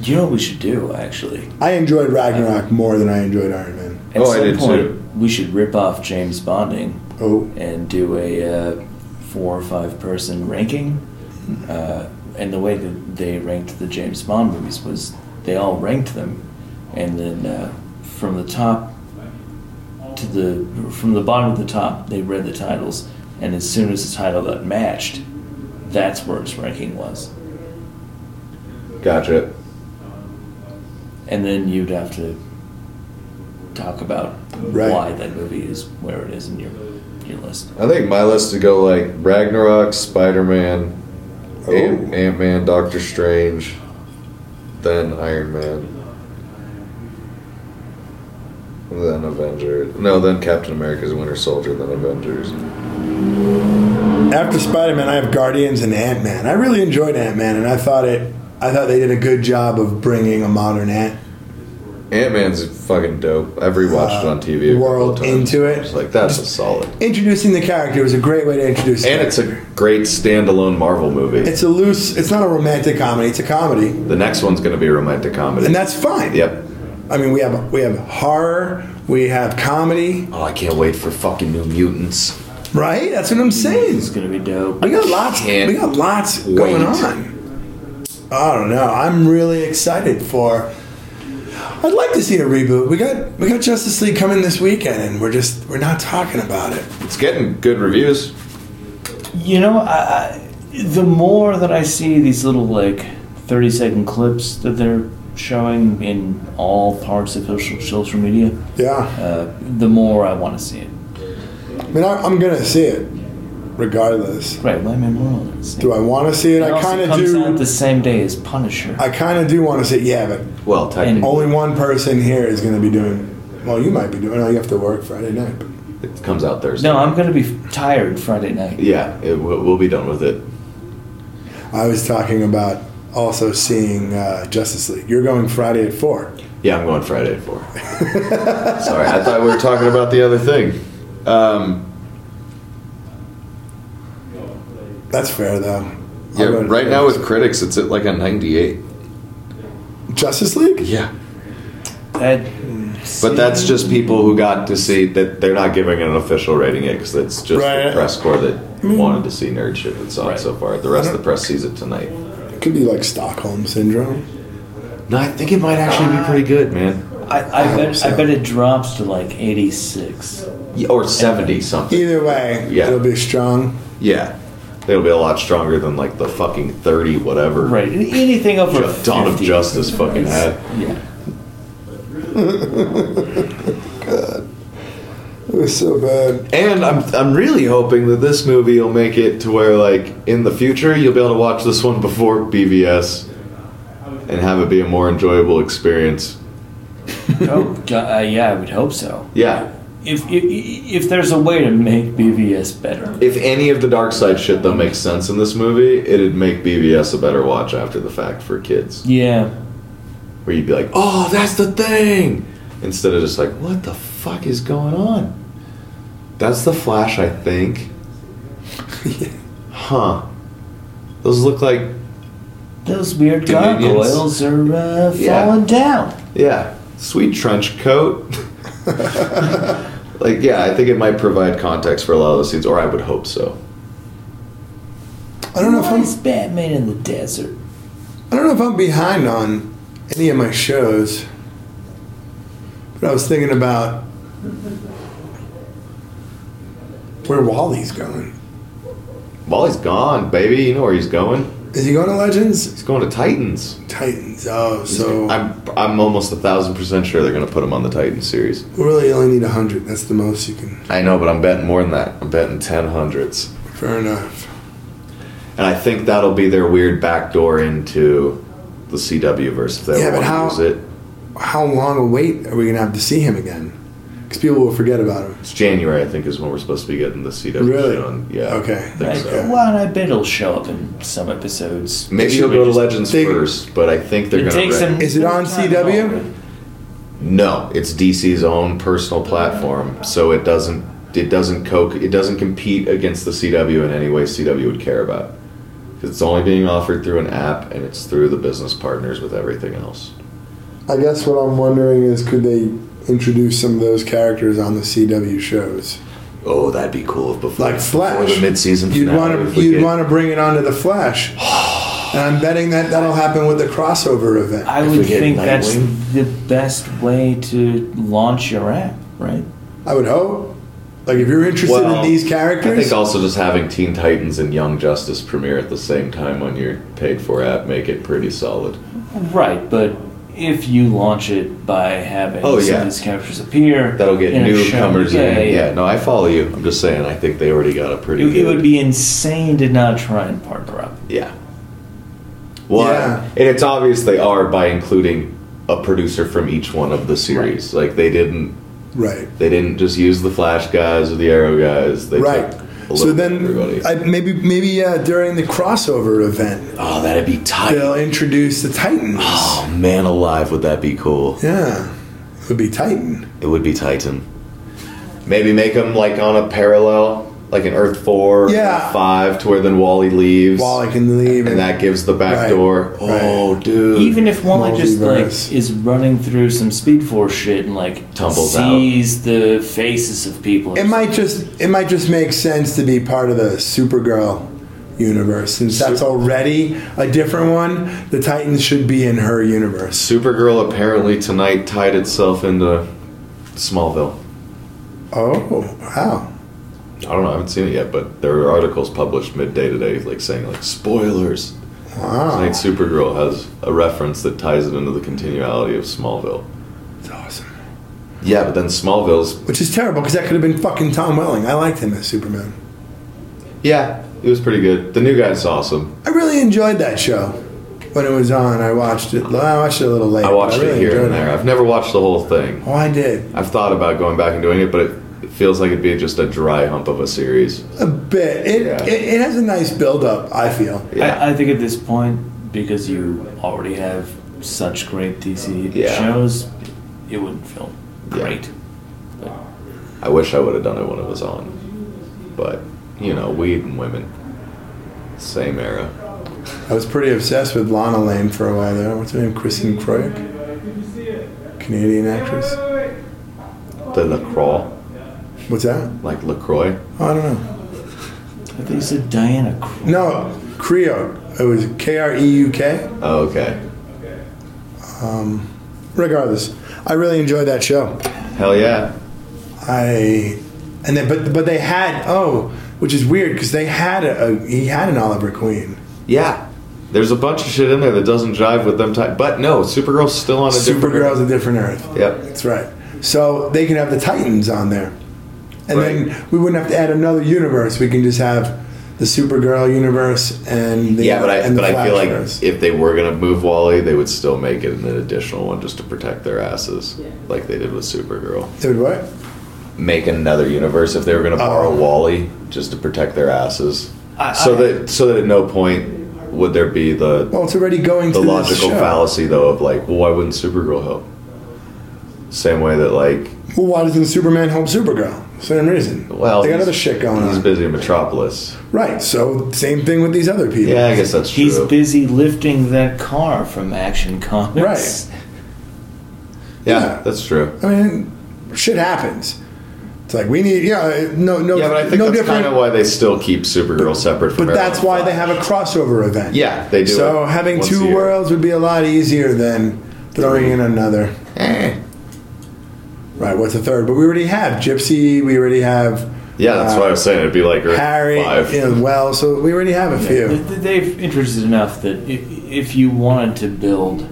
[SPEAKER 6] You know what we should do, actually?
[SPEAKER 8] I enjoyed Ragnarok more than I enjoyed Iron Man.
[SPEAKER 6] At
[SPEAKER 7] Oh, I
[SPEAKER 6] some
[SPEAKER 7] did
[SPEAKER 6] point,
[SPEAKER 7] too.
[SPEAKER 6] we should rip off James Bonding
[SPEAKER 8] Oh,
[SPEAKER 6] and do a uh, four or five person ranking. Uh, and the way that they ranked the James Bond movies was they all ranked them, and then uh, from the top to the from the bottom to the top, they read the titles, and as soon as the title got matched, that's where its ranking was.
[SPEAKER 7] Gotcha.
[SPEAKER 6] And then you'd have to talk about
[SPEAKER 8] Right.
[SPEAKER 6] why that movie is where it is in your your list.
[SPEAKER 7] I think my list would go like Ragnarok, Spider Man,
[SPEAKER 8] Oh.
[SPEAKER 7] Ant Man, Doctor Strange, then Iron Man, then Avenger. No, then Captain America's Winter Soldier, then Avengers.
[SPEAKER 8] After Spider Man, I have Guardians and Ant Man. I really enjoyed Ant Man, and I thought it. I thought they did a good job of bringing a modern Ant
[SPEAKER 7] Ant Man's fucking dope. I've rewatched it on TV. A
[SPEAKER 8] Uh, world
[SPEAKER 7] couple of times.
[SPEAKER 8] into it.
[SPEAKER 7] It's like that's a solid.
[SPEAKER 8] introducing the character was a great way to introduce
[SPEAKER 7] And
[SPEAKER 8] him.
[SPEAKER 7] it's a great standalone Marvel movie.
[SPEAKER 8] it's a loose it's not a romantic comedy it's a comedy
[SPEAKER 7] the next one's gonna be a romantic comedy.
[SPEAKER 8] and that's fine
[SPEAKER 7] yep.
[SPEAKER 8] i mean we have we have horror we have comedy
[SPEAKER 7] Oh, I can't wait for fucking New Mutants.
[SPEAKER 8] right that's what i'm saying
[SPEAKER 6] It's gonna be dope.
[SPEAKER 8] we got lots
[SPEAKER 7] Can't
[SPEAKER 8] we got lots
[SPEAKER 7] wait.
[SPEAKER 8] going on i don't know i'm really excited for i'd like to see a reboot we got we got justice league coming this weekend and we're just we're not talking about it
[SPEAKER 7] It's getting good reviews.
[SPEAKER 6] You know, I, I, the more that I see these little like thirty second clips that they're showing in all parts of social social media,
[SPEAKER 8] yeah
[SPEAKER 6] uh, the more I want to see it.
[SPEAKER 8] i mean I, i'm gonna see it regardless
[SPEAKER 6] Right? Why am I more on this?
[SPEAKER 8] do i want to see it
[SPEAKER 6] It
[SPEAKER 8] i
[SPEAKER 6] also
[SPEAKER 8] kind of
[SPEAKER 6] comes out
[SPEAKER 8] do
[SPEAKER 6] the same day as Punisher.
[SPEAKER 8] i kind of do want to see it yeah but
[SPEAKER 7] Well, technically,
[SPEAKER 8] Only one person here is going to be doing. Well, you might be doing. No, you have to work Friday night.
[SPEAKER 7] it comes out Thursday.
[SPEAKER 6] no, I'm gonna be tired Friday night.
[SPEAKER 7] Yeah, it, we'll, we'll be done with it.
[SPEAKER 8] I was talking about also seeing uh, Justice League. You're going Friday at four.
[SPEAKER 7] Yeah, I'm going Friday at four. Sorry, I thought we were talking about the other thing. Um,
[SPEAKER 8] That's fair though. I'll
[SPEAKER 7] yeah,
[SPEAKER 8] go to
[SPEAKER 7] right now
[SPEAKER 8] Friday.
[SPEAKER 7] with critics, it's at like a 98.
[SPEAKER 8] Justice League.
[SPEAKER 7] Yeah,
[SPEAKER 6] That,
[SPEAKER 7] but that's just people who got to see that they're not giving an official rating yet because that's just
[SPEAKER 8] Right.
[SPEAKER 7] the press corps that wanted to see nerd shit that's on
[SPEAKER 6] Right.
[SPEAKER 7] so far. The rest of the press sees it tonight.
[SPEAKER 8] It could be like Stockholm syndrome.
[SPEAKER 7] No, I think it might actually be pretty good, man.
[SPEAKER 6] I, I, bet
[SPEAKER 8] so.
[SPEAKER 6] I bet it drops to like 86.
[SPEAKER 7] Yeah, Or 70 something.
[SPEAKER 8] Either way,
[SPEAKER 7] Yeah.
[SPEAKER 8] it'll be strong.
[SPEAKER 7] Yeah, it'll be a lot stronger than like the fucking 30 whatever.
[SPEAKER 6] Right? Anything over
[SPEAKER 7] Ju- Dawn of
[SPEAKER 6] 50.
[SPEAKER 7] Justice fucking
[SPEAKER 6] It's-
[SPEAKER 7] had.
[SPEAKER 6] Yeah.
[SPEAKER 8] It was so bad.
[SPEAKER 7] And I'm I'm really hoping that this movie will make it to where like in the future you'll be able to watch this one before BVS and have it be a more enjoyable experience.
[SPEAKER 6] Oh, go- uh, yeah, I would hope so.
[SPEAKER 7] Yeah.
[SPEAKER 6] If, if if there's a way to make BVS better,
[SPEAKER 7] If any of the dark side shit though makes sense in this movie, it'd make BVS a better watch after the fact for kids.
[SPEAKER 6] yeah,
[SPEAKER 7] Where you'd be like, "Oh, that's the thing." Instead of just like, "What the fuck is going on?" That's the Flash, I think. Huh. Those look like
[SPEAKER 6] those weird
[SPEAKER 7] Dominions.
[SPEAKER 6] gargoyles are uh,
[SPEAKER 7] Yeah.
[SPEAKER 6] falling down.
[SPEAKER 7] Yeah, sweet trench coat. like, yeah, I think it might provide context for a lot of those scenes, or I would hope so.
[SPEAKER 8] I don't know if
[SPEAKER 6] Why
[SPEAKER 8] I'm.
[SPEAKER 6] is Batman in the desert?
[SPEAKER 8] I don't know if I'm behind on any of my shows, but I was thinking about where Wally's going.
[SPEAKER 7] Wally's gone, baby. You know where he's going.
[SPEAKER 8] Is he going to Legends?
[SPEAKER 7] He's going to Titans.
[SPEAKER 8] Titans. Oh, so
[SPEAKER 7] I'm I'm almost a thousand percent sure they're going to put him on the Titans series.
[SPEAKER 8] we really only need 100. That's the most you can.
[SPEAKER 7] I know, but I'm betting more than that. I'm betting ten hundreds,
[SPEAKER 8] Fair enough.
[SPEAKER 7] and I think that'll be their weird backdoor into the CW verse if they
[SPEAKER 8] Yeah,
[SPEAKER 7] ever
[SPEAKER 8] but how-
[SPEAKER 7] want to use it.
[SPEAKER 8] How long a wait are we going to have to see him again? Because people will forget about him.
[SPEAKER 7] It's January, I think, is when we're supposed to be getting the CW
[SPEAKER 8] Really?
[SPEAKER 7] shit on. Yeah.
[SPEAKER 8] Okay.
[SPEAKER 7] I think
[SPEAKER 8] Right.
[SPEAKER 7] so.
[SPEAKER 8] Okay.
[SPEAKER 6] Well, and I bet it'll show up in some episodes.
[SPEAKER 7] Maybe
[SPEAKER 8] Should
[SPEAKER 7] he'll
[SPEAKER 8] we
[SPEAKER 7] go to
[SPEAKER 8] just
[SPEAKER 7] Legends
[SPEAKER 8] dig-
[SPEAKER 7] first, but I think they're
[SPEAKER 6] It
[SPEAKER 7] going
[SPEAKER 6] takes
[SPEAKER 7] to.
[SPEAKER 6] them.
[SPEAKER 8] Is it on CW?
[SPEAKER 7] No, it's DC's own personal platform, so it doesn't it doesn't co- it doesn't compete against the CW in any way CW would care about. 'Cause It's only being offered through an app, and it's through the business partners with everything else.
[SPEAKER 8] I guess what I'm wondering is could they introduce some of those characters on the CW shows?
[SPEAKER 7] Oh, that'd be cool if before
[SPEAKER 8] Like Flash.
[SPEAKER 7] before the mid-season
[SPEAKER 8] You'd
[SPEAKER 7] finale,
[SPEAKER 8] want
[SPEAKER 7] if
[SPEAKER 8] to
[SPEAKER 7] we
[SPEAKER 8] you'd
[SPEAKER 7] get-
[SPEAKER 8] want to bring it onto the Flash. And I'm betting that that'll happen with the crossover event.
[SPEAKER 6] I
[SPEAKER 9] If
[SPEAKER 6] would
[SPEAKER 9] we get
[SPEAKER 6] think that's
[SPEAKER 9] Nightwing?
[SPEAKER 6] the best way to launch your app, right?
[SPEAKER 8] I would hope. Like, if you're interested
[SPEAKER 7] Well,
[SPEAKER 8] in these
[SPEAKER 7] I
[SPEAKER 8] characters,
[SPEAKER 7] think also just having Teen Titans and Young Justice premiere at the same time on your paid for app make it pretty solid.
[SPEAKER 6] Right, but if you launch it by having
[SPEAKER 7] Oh,
[SPEAKER 6] some
[SPEAKER 7] yeah.
[SPEAKER 6] of these characters appear,
[SPEAKER 7] That'll get
[SPEAKER 6] in a show-
[SPEAKER 7] newcomers
[SPEAKER 6] yeah,
[SPEAKER 7] in.
[SPEAKER 6] yeah, yeah.
[SPEAKER 7] no, I follow you. I'm just saying, I think they already got a pretty
[SPEAKER 6] It,
[SPEAKER 7] good.
[SPEAKER 6] it would be insane to not try and partner up.
[SPEAKER 7] Yeah. Well,
[SPEAKER 8] Yeah.
[SPEAKER 7] and it's obvious they are by including a producer from each one of the series. Like they didn't
[SPEAKER 8] right.
[SPEAKER 7] they didn't just use the Flash guys or the Arrow guys. They
[SPEAKER 8] Right.
[SPEAKER 7] took a
[SPEAKER 8] So
[SPEAKER 7] little bit of
[SPEAKER 8] then,
[SPEAKER 7] everybody.
[SPEAKER 8] I, maybe maybe uh, during the crossover event,
[SPEAKER 7] oh, that'd be tight.
[SPEAKER 8] they'll introduce the Titans.
[SPEAKER 7] Oh man, alive! Would that be cool?
[SPEAKER 8] Yeah, it would be Titan.
[SPEAKER 7] It would be Titan. Maybe make them like on a parallel, like an Earth four,
[SPEAKER 8] Yeah.
[SPEAKER 7] or five, to where then Wally leaves.
[SPEAKER 8] While I can leave,
[SPEAKER 7] and that gives the back
[SPEAKER 8] Right,
[SPEAKER 7] door. Oh, dude!
[SPEAKER 6] Even if Wally just like
[SPEAKER 8] Multiverse.
[SPEAKER 6] is running through some Speed Force shit and like
[SPEAKER 7] Tumbles
[SPEAKER 6] sees the faces of people,
[SPEAKER 8] it might just it might just make sense to be part of the Supergirl universe since that's already a different one. The Titans should be in her universe.
[SPEAKER 7] Supergirl apparently tonight tied itself into Smallville.
[SPEAKER 8] Oh wow!
[SPEAKER 7] I don't know. I haven't seen it yet, but there are articles published midday today, like saying like spoilers.
[SPEAKER 8] Wow,
[SPEAKER 7] Tonight, Supergirl has a reference that ties it into the continuality of Smallville.
[SPEAKER 8] that's awesome.
[SPEAKER 7] Yeah, but then Smallville's
[SPEAKER 8] Which is terrible because that could have been fucking Tom Welling. I liked him as Superman.
[SPEAKER 7] yeah, it was pretty good. The new guy's awesome.
[SPEAKER 8] I really enjoyed that show when it was on. I watched it. I watched it a little late.
[SPEAKER 7] I watched
[SPEAKER 8] but really
[SPEAKER 7] it here
[SPEAKER 8] enjoyed
[SPEAKER 7] and there. I've never watched the whole thing.
[SPEAKER 8] Oh, I did
[SPEAKER 7] I've thought about going back and doing it, but it, it feels like it'd be just a dry hump of a series.
[SPEAKER 8] a bit. It,
[SPEAKER 7] Yeah.
[SPEAKER 8] it it has a nice build up. I feel.
[SPEAKER 7] Yeah.
[SPEAKER 6] I, I think at this point, because you already have such great DC
[SPEAKER 7] Yeah.
[SPEAKER 6] shows, it wouldn't feel
[SPEAKER 7] Yeah.
[SPEAKER 6] great.
[SPEAKER 7] I wish I would have done it when it was on, but you know, weed and women, same era.
[SPEAKER 8] I was pretty obsessed with Lana Lane for a while there. What's her name? Kristen Croyek, Canadian actress.
[SPEAKER 7] The Lacroix,
[SPEAKER 8] What's that?
[SPEAKER 7] like Lacroix.
[SPEAKER 8] Oh, I don't know.
[SPEAKER 6] But they said Diana. Cr-
[SPEAKER 8] No, Creoke. It was K R E U K.
[SPEAKER 7] Oh, okay,
[SPEAKER 8] Regardless, I really enjoyed that show.
[SPEAKER 7] hell yeah.
[SPEAKER 8] I and then but but they had oh, which is weird because they had a, a he had an Oliver Queen.
[SPEAKER 7] Yeah. There's a bunch of shit in there that doesn't jive with them. Ty- but no, Supergirl's still on a different.
[SPEAKER 8] Supergirl's a different Earth.
[SPEAKER 7] Yep.
[SPEAKER 8] That's right. So they can have the Titans on there. And then
[SPEAKER 7] Right.
[SPEAKER 8] we wouldn't have to add another universe. We can just have the Supergirl universe and the
[SPEAKER 7] Yeah, but I
[SPEAKER 8] and the
[SPEAKER 7] but I
[SPEAKER 8] Flash
[SPEAKER 7] feel like
[SPEAKER 8] universe.
[SPEAKER 7] if they were gonna move Wally, they would still make it an additional one just to protect their asses, like they did with Supergirl.
[SPEAKER 8] Dude, what?
[SPEAKER 7] Make another universe if they were gonna borrow Wally just to protect their asses, so that so that at no point would there be the
[SPEAKER 8] Well, it's already going to
[SPEAKER 7] the
[SPEAKER 8] this
[SPEAKER 7] logical
[SPEAKER 8] show.
[SPEAKER 7] fallacy though of like, well, why wouldn't Supergirl help? Same way that like,
[SPEAKER 8] Well, why doesn't Superman help Supergirl? Same reason.
[SPEAKER 7] well,
[SPEAKER 8] they got
[SPEAKER 7] he's-
[SPEAKER 8] other shit going
[SPEAKER 7] He's
[SPEAKER 8] on.
[SPEAKER 7] busy in Metropolis.
[SPEAKER 8] Right. So same thing with these other people.
[SPEAKER 7] Yeah, I guess that's true.
[SPEAKER 6] He's busy lifting that car from Action Comics.
[SPEAKER 8] Right.
[SPEAKER 7] Yeah,
[SPEAKER 8] Yeah.
[SPEAKER 7] that's true.
[SPEAKER 8] I mean, shit happens. It's like we need yeah no no
[SPEAKER 7] Yeah, but I think
[SPEAKER 8] no
[SPEAKER 7] that's
[SPEAKER 8] different.
[SPEAKER 7] kind of why they still keep Supergirl separate from.
[SPEAKER 8] But that's
[SPEAKER 7] Arrow
[SPEAKER 8] why
[SPEAKER 7] and
[SPEAKER 8] they have a crossover event.
[SPEAKER 7] Yeah, they do
[SPEAKER 8] So
[SPEAKER 7] it
[SPEAKER 8] having
[SPEAKER 7] once a
[SPEAKER 8] two
[SPEAKER 7] year.
[SPEAKER 8] worlds would be a lot easier than throwing in another.
[SPEAKER 7] Eh.
[SPEAKER 8] Right. What's the third? But we already have Gypsy. We already have
[SPEAKER 7] Flash. Yeah, that's
[SPEAKER 8] uh,
[SPEAKER 7] why I was saying it'd be like Earth
[SPEAKER 8] Harry.
[SPEAKER 7] Five.
[SPEAKER 8] You know, well, so we already have a few.
[SPEAKER 6] Th- They've interested enough that if, if you wanted to build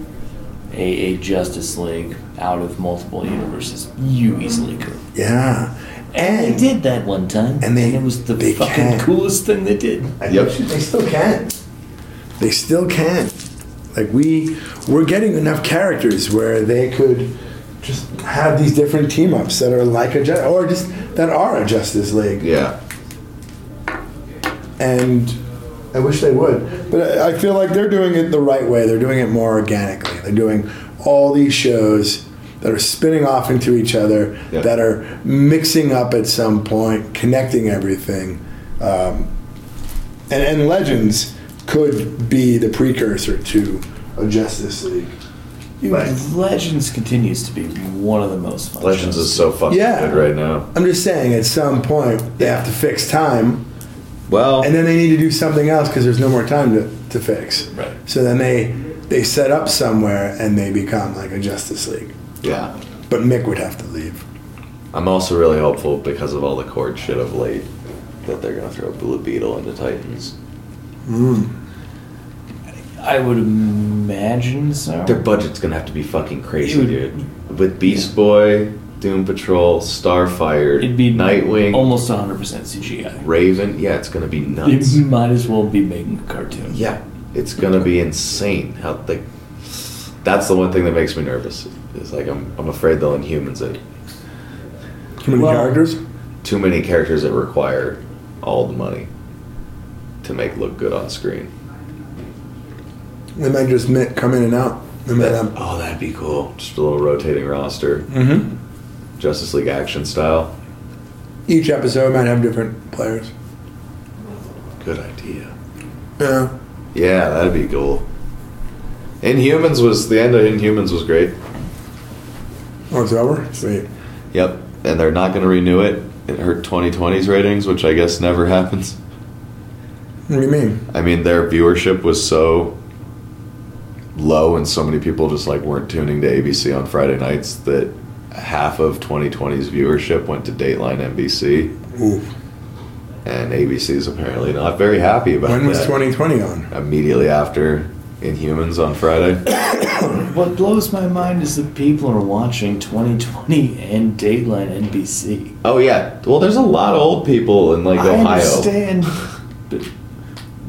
[SPEAKER 6] a, a Justice League out of multiple universes, you easily could.
[SPEAKER 8] Yeah.
[SPEAKER 6] And they
[SPEAKER 8] And
[SPEAKER 6] did that one time,
[SPEAKER 8] and they-
[SPEAKER 6] it was the
[SPEAKER 8] they
[SPEAKER 6] fucking
[SPEAKER 8] can.
[SPEAKER 6] coolest thing they did.
[SPEAKER 8] I
[SPEAKER 7] Yep.
[SPEAKER 8] bet you they still can. They still can. Like we we're getting enough characters where they could just have these different team ups that are like a Ju- or just that are a Justice League.
[SPEAKER 7] Yeah,
[SPEAKER 8] and I wish they would. But I I feel like they're doing it the right way. They're doing it more organically. They're doing all these shows that are spinning off into each other,
[SPEAKER 7] Yeah.
[SPEAKER 8] that are mixing up at some point, connecting everything. Um, and, and Legends could be the precursor to a Justice League.
[SPEAKER 6] Dude,
[SPEAKER 8] Right.
[SPEAKER 6] Legends continues to be one of the most fun.
[SPEAKER 7] Legends
[SPEAKER 6] shows.
[SPEAKER 7] is so fucking
[SPEAKER 8] Yeah.
[SPEAKER 7] good right now.
[SPEAKER 8] I'm just saying, at some point, they have to fix time,
[SPEAKER 7] Well,
[SPEAKER 8] and then they need to do something else because there's no more time to to fix.
[SPEAKER 6] Right.
[SPEAKER 8] So then they they set up somewhere and they become like a Justice League.
[SPEAKER 7] Yeah.
[SPEAKER 8] But Mick would have to leave.
[SPEAKER 7] I'm also really hopeful because of all the cord shit of late that they're gonna throw Blue Beetle into Titans.
[SPEAKER 6] I would imagine so.
[SPEAKER 7] Their budget's gonna have to be fucking crazy,
[SPEAKER 6] It would-
[SPEAKER 7] dude. With Beast Boy, Doom Patrol, Starfire,
[SPEAKER 6] It'd be
[SPEAKER 7] Nightwing,
[SPEAKER 6] almost 100% CGI.
[SPEAKER 7] Raven. Yeah, it's gonna be nuts.
[SPEAKER 6] They might as well be making a cartoon.
[SPEAKER 7] yeah, it's gonna be insane. How they. That's the one thing that makes me nervous. Is like I'm, I'm afraid they'll Inhumans it.
[SPEAKER 8] Too many
[SPEAKER 6] Well-
[SPEAKER 8] characters.
[SPEAKER 7] Too many characters that require all the money to make look good on screen.
[SPEAKER 8] They might just Mick come in and out. They might
[SPEAKER 7] That-
[SPEAKER 8] have,
[SPEAKER 7] oh, that'd be cool. Just a little rotating roster, Justice League action style.
[SPEAKER 8] each episode might have different players.
[SPEAKER 7] Good idea.
[SPEAKER 8] Yeah.
[SPEAKER 7] Yeah, that'd be cool. Inhumans was the end of Inhumans was great.
[SPEAKER 8] Oh, it's over. Sweet.
[SPEAKER 7] Yep, and they're not going to renew it. It hurt 2020's ratings, which I guess never happens.
[SPEAKER 8] What do you mean?
[SPEAKER 7] I mean, their viewership was so low, and so many people just like weren't tuning to ABC on Friday nights that half of 2020's viewership went to Dateline NBC,
[SPEAKER 8] Ooh.
[SPEAKER 7] and ABC's apparently not very happy about
[SPEAKER 8] When was
[SPEAKER 7] that.
[SPEAKER 8] 2020 on?
[SPEAKER 7] Immediately after Inhumans on Friday.
[SPEAKER 6] What blows my mind is that people are watching 2020 and Dateline NBC.
[SPEAKER 7] Oh yeah. Well, there's a lot of old people in like
[SPEAKER 6] I
[SPEAKER 7] Ohio.
[SPEAKER 6] understand, but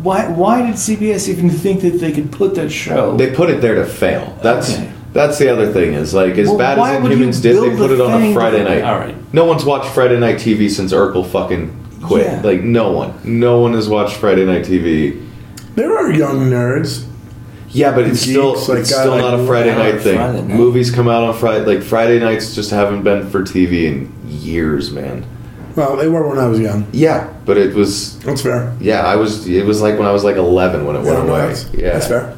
[SPEAKER 6] why? Why did CBS even think that they could put that show?
[SPEAKER 7] They put it there to fail. That's
[SPEAKER 6] Okay.
[SPEAKER 7] that's the other thing is like as
[SPEAKER 6] Well,
[SPEAKER 7] bad
[SPEAKER 6] why
[SPEAKER 7] as
[SPEAKER 6] would you
[SPEAKER 7] Inhumans did, they
[SPEAKER 6] build
[SPEAKER 7] put
[SPEAKER 6] the
[SPEAKER 7] it on
[SPEAKER 6] thing
[SPEAKER 7] a Friday
[SPEAKER 6] to-
[SPEAKER 7] night.
[SPEAKER 6] All right.
[SPEAKER 7] No one's watched Friday night TV since Urkel fucking quit.
[SPEAKER 6] Yeah.
[SPEAKER 7] Like no one, no one has watched Friday night TV.
[SPEAKER 8] There are young nerds.
[SPEAKER 7] Yeah, but it's
[SPEAKER 8] Geeks,
[SPEAKER 7] still
[SPEAKER 8] like,
[SPEAKER 7] it's
[SPEAKER 8] God,
[SPEAKER 7] still
[SPEAKER 8] like,
[SPEAKER 7] not a
[SPEAKER 8] we're
[SPEAKER 7] Friday
[SPEAKER 6] out on
[SPEAKER 7] night thing.
[SPEAKER 6] Friday night.
[SPEAKER 7] Movies come out on Friday. Like Friday nights just haven't been for TV in years, man.
[SPEAKER 8] Well, they were when I was young.
[SPEAKER 7] Yeah, but it was.
[SPEAKER 8] That's fair.
[SPEAKER 7] Yeah, I was. It was like when I was like 11 when it
[SPEAKER 8] Yeah,
[SPEAKER 7] went
[SPEAKER 8] no,
[SPEAKER 7] away.
[SPEAKER 8] that's,
[SPEAKER 7] Yeah,
[SPEAKER 8] that's fair.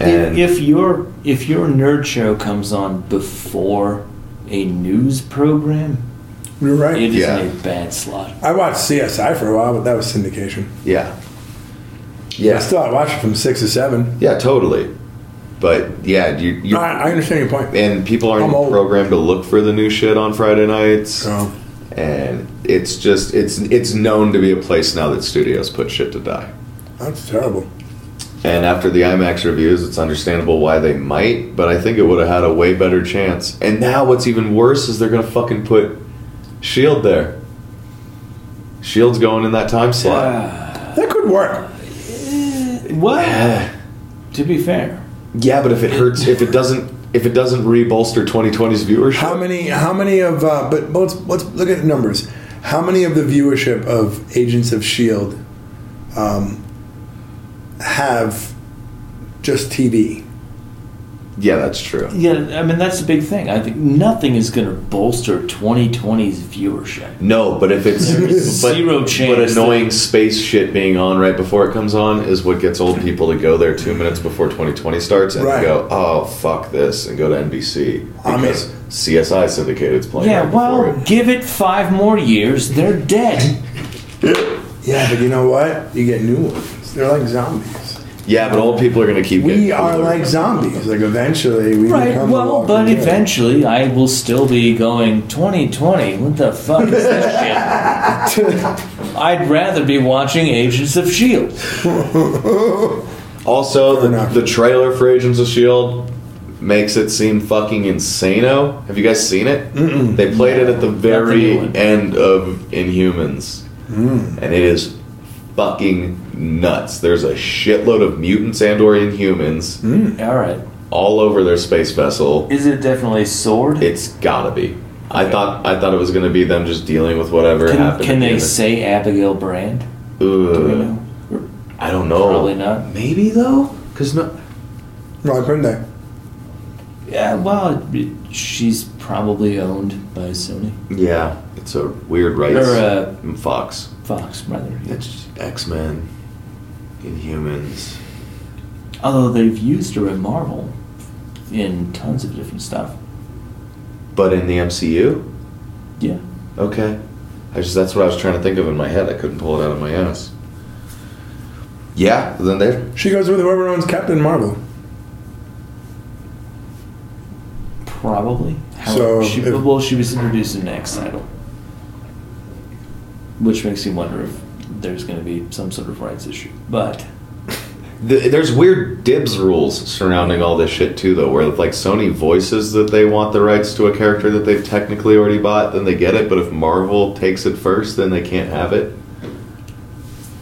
[SPEAKER 7] And
[SPEAKER 6] if your if your nerd show comes on before a news program,
[SPEAKER 8] You're right.
[SPEAKER 6] it is
[SPEAKER 7] Yeah.
[SPEAKER 6] in a bad slot.
[SPEAKER 8] I watched CSI for a while, but that was syndication.
[SPEAKER 7] yeah,
[SPEAKER 8] I
[SPEAKER 7] yeah,
[SPEAKER 8] still I watched it from six to seven.
[SPEAKER 7] yeah, totally. But yeah, you, you
[SPEAKER 8] I, I understand your point.
[SPEAKER 7] and people aren't
[SPEAKER 8] I'm old.
[SPEAKER 7] programmed to look for the new shit on Friday nights.
[SPEAKER 8] So,
[SPEAKER 7] And it's just it's it's known to be a place now that studios put shit to die.
[SPEAKER 8] that's terrible.
[SPEAKER 7] And after the IMAX reviews, it's understandable why they might, but I think it would have had a way better chance. And now what's even worse is they're gonna fucking put Shield E there. Shield's E going in that time slot.
[SPEAKER 8] That could work.
[SPEAKER 6] Well, to be fair,
[SPEAKER 7] Yeah, but if it hurts, if it doesn't, if it doesn't rebolster 2020's viewership,
[SPEAKER 8] How many? How many of? Uh, but let's let's look at numbers. How many of the viewership of Agents of Shield E um, have just TV?
[SPEAKER 7] Yeah, that's true.
[SPEAKER 6] yeah, I mean that's the big thing. I think nothing is going to bolster 2020's viewership.
[SPEAKER 7] No, but if it's
[SPEAKER 6] There's
[SPEAKER 7] but,
[SPEAKER 6] zero
[SPEAKER 7] But
[SPEAKER 6] chance
[SPEAKER 7] annoying
[SPEAKER 6] that-
[SPEAKER 7] space shit being on right before it comes on is what gets old people to go there two minutes before 2020 starts and
[SPEAKER 8] Right.
[SPEAKER 7] go, oh fuck this, and go to NBC
[SPEAKER 8] I mean-
[SPEAKER 7] because CSI Syndicated's playing.
[SPEAKER 6] Yeah,
[SPEAKER 7] right before
[SPEAKER 6] well,
[SPEAKER 7] it.
[SPEAKER 6] give it five more years, they're dead.
[SPEAKER 8] Yeah, but you know what? You get new ones. They're like zombies.
[SPEAKER 7] yeah, but old people are gonna keep.
[SPEAKER 8] We
[SPEAKER 7] getting
[SPEAKER 8] are
[SPEAKER 7] older.
[SPEAKER 8] like zombies. Like eventually we
[SPEAKER 6] Right.
[SPEAKER 8] become. the
[SPEAKER 6] Well,
[SPEAKER 8] Walking
[SPEAKER 6] but
[SPEAKER 8] Dead.
[SPEAKER 6] eventually I will still be going 2020. What the fuck is that shit? I'd rather be watching Agents of Shield.
[SPEAKER 7] Also, the,
[SPEAKER 8] enough.
[SPEAKER 7] the trailer for Agents of Shield E makes it seem fucking insano. Have you guys seen it? Mm-mm. They played it at the very
[SPEAKER 6] new one.
[SPEAKER 7] end of Inhumans, and it is fucking nuts. There's a shitload of mutants and/or Inhumans
[SPEAKER 6] All right.
[SPEAKER 7] all over their space vessel.
[SPEAKER 6] Is it definitely sword?
[SPEAKER 7] It's gotta be. I thought I thought it was gonna be them just dealing with whatever
[SPEAKER 6] Can,
[SPEAKER 7] happened.
[SPEAKER 6] can
[SPEAKER 7] at the
[SPEAKER 6] they
[SPEAKER 7] end.
[SPEAKER 6] say Abigail Brand?
[SPEAKER 7] Ugh,
[SPEAKER 6] You know?
[SPEAKER 7] I don't know.
[SPEAKER 6] Probably not.
[SPEAKER 7] Maybe though, because no.
[SPEAKER 8] Why couldn't they?
[SPEAKER 6] Yeah. Well, it- she's probably owned by Sony
[SPEAKER 7] Yeah, it's a weird rights.
[SPEAKER 6] or uh,
[SPEAKER 7] Fox.
[SPEAKER 6] Fox, rather.
[SPEAKER 7] It's X Men, Inhumans.
[SPEAKER 6] Although they've used her in Marvel in tons of different stuff.
[SPEAKER 7] But in the MCU?
[SPEAKER 6] Yeah.
[SPEAKER 7] Okay. I just that's what I was trying to think of in my head. I couldn't pull it out of my ass. Yeah, then they
[SPEAKER 8] She goes with whoever owns Captain Marvel.
[SPEAKER 6] Probably. How,
[SPEAKER 8] So,
[SPEAKER 6] she,
[SPEAKER 8] if-
[SPEAKER 6] well, she was introduced in Next title, which makes you wonder if there's going to be some sort of rights issue. But
[SPEAKER 7] Th- There's weird dibs rules surrounding all this shit too, though, where if like Sony voices that they want the rights to a character that they've technically already bought, then they get it. But if Marvel takes it first, then they can't have it,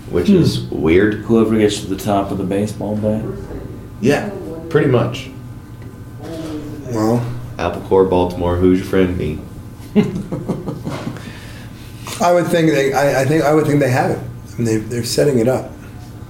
[SPEAKER 7] which is weird.
[SPEAKER 6] whoever gets to the top of the baseball bat,
[SPEAKER 7] Yeah, pretty much.
[SPEAKER 8] Well,
[SPEAKER 7] Apple Corps, Baltimore. Who's your friend? Me.
[SPEAKER 8] I would think they. I, I think I would think they have it. I mean, they, they're setting it up.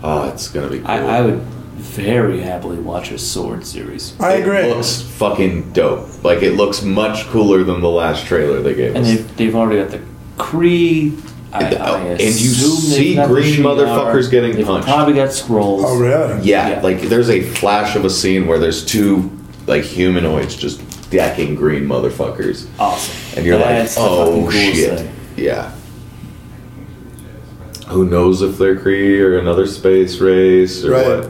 [SPEAKER 7] Oh, it's gonna be. Cool.
[SPEAKER 6] I, I would very happily watch a sword series.
[SPEAKER 8] I
[SPEAKER 7] It
[SPEAKER 8] agree.
[SPEAKER 7] looks fucking dope. Like it looks much cooler than the last trailer they gave
[SPEAKER 6] And
[SPEAKER 7] us.
[SPEAKER 6] they've, they've already got the Cree. I,
[SPEAKER 7] And- oh,
[SPEAKER 6] I
[SPEAKER 7] and you
[SPEAKER 6] assume they've
[SPEAKER 7] see
[SPEAKER 6] got the
[SPEAKER 7] green
[SPEAKER 6] Shi'ar.
[SPEAKER 7] motherfuckers getting
[SPEAKER 6] They've
[SPEAKER 7] punched.
[SPEAKER 6] Probably got scrolls.
[SPEAKER 8] oh really?
[SPEAKER 7] Yeah,
[SPEAKER 6] Yeah.
[SPEAKER 7] like there's a flash of a scene where there's two like humanoids just decking green motherfuckers,
[SPEAKER 6] Awesome.
[SPEAKER 7] and you're
[SPEAKER 6] That's the
[SPEAKER 7] like,
[SPEAKER 6] fucking
[SPEAKER 7] oh
[SPEAKER 6] coolest
[SPEAKER 7] shit,
[SPEAKER 6] thing.
[SPEAKER 7] yeah. Who knows if they're Kree or another space race or
[SPEAKER 8] Right.
[SPEAKER 7] what?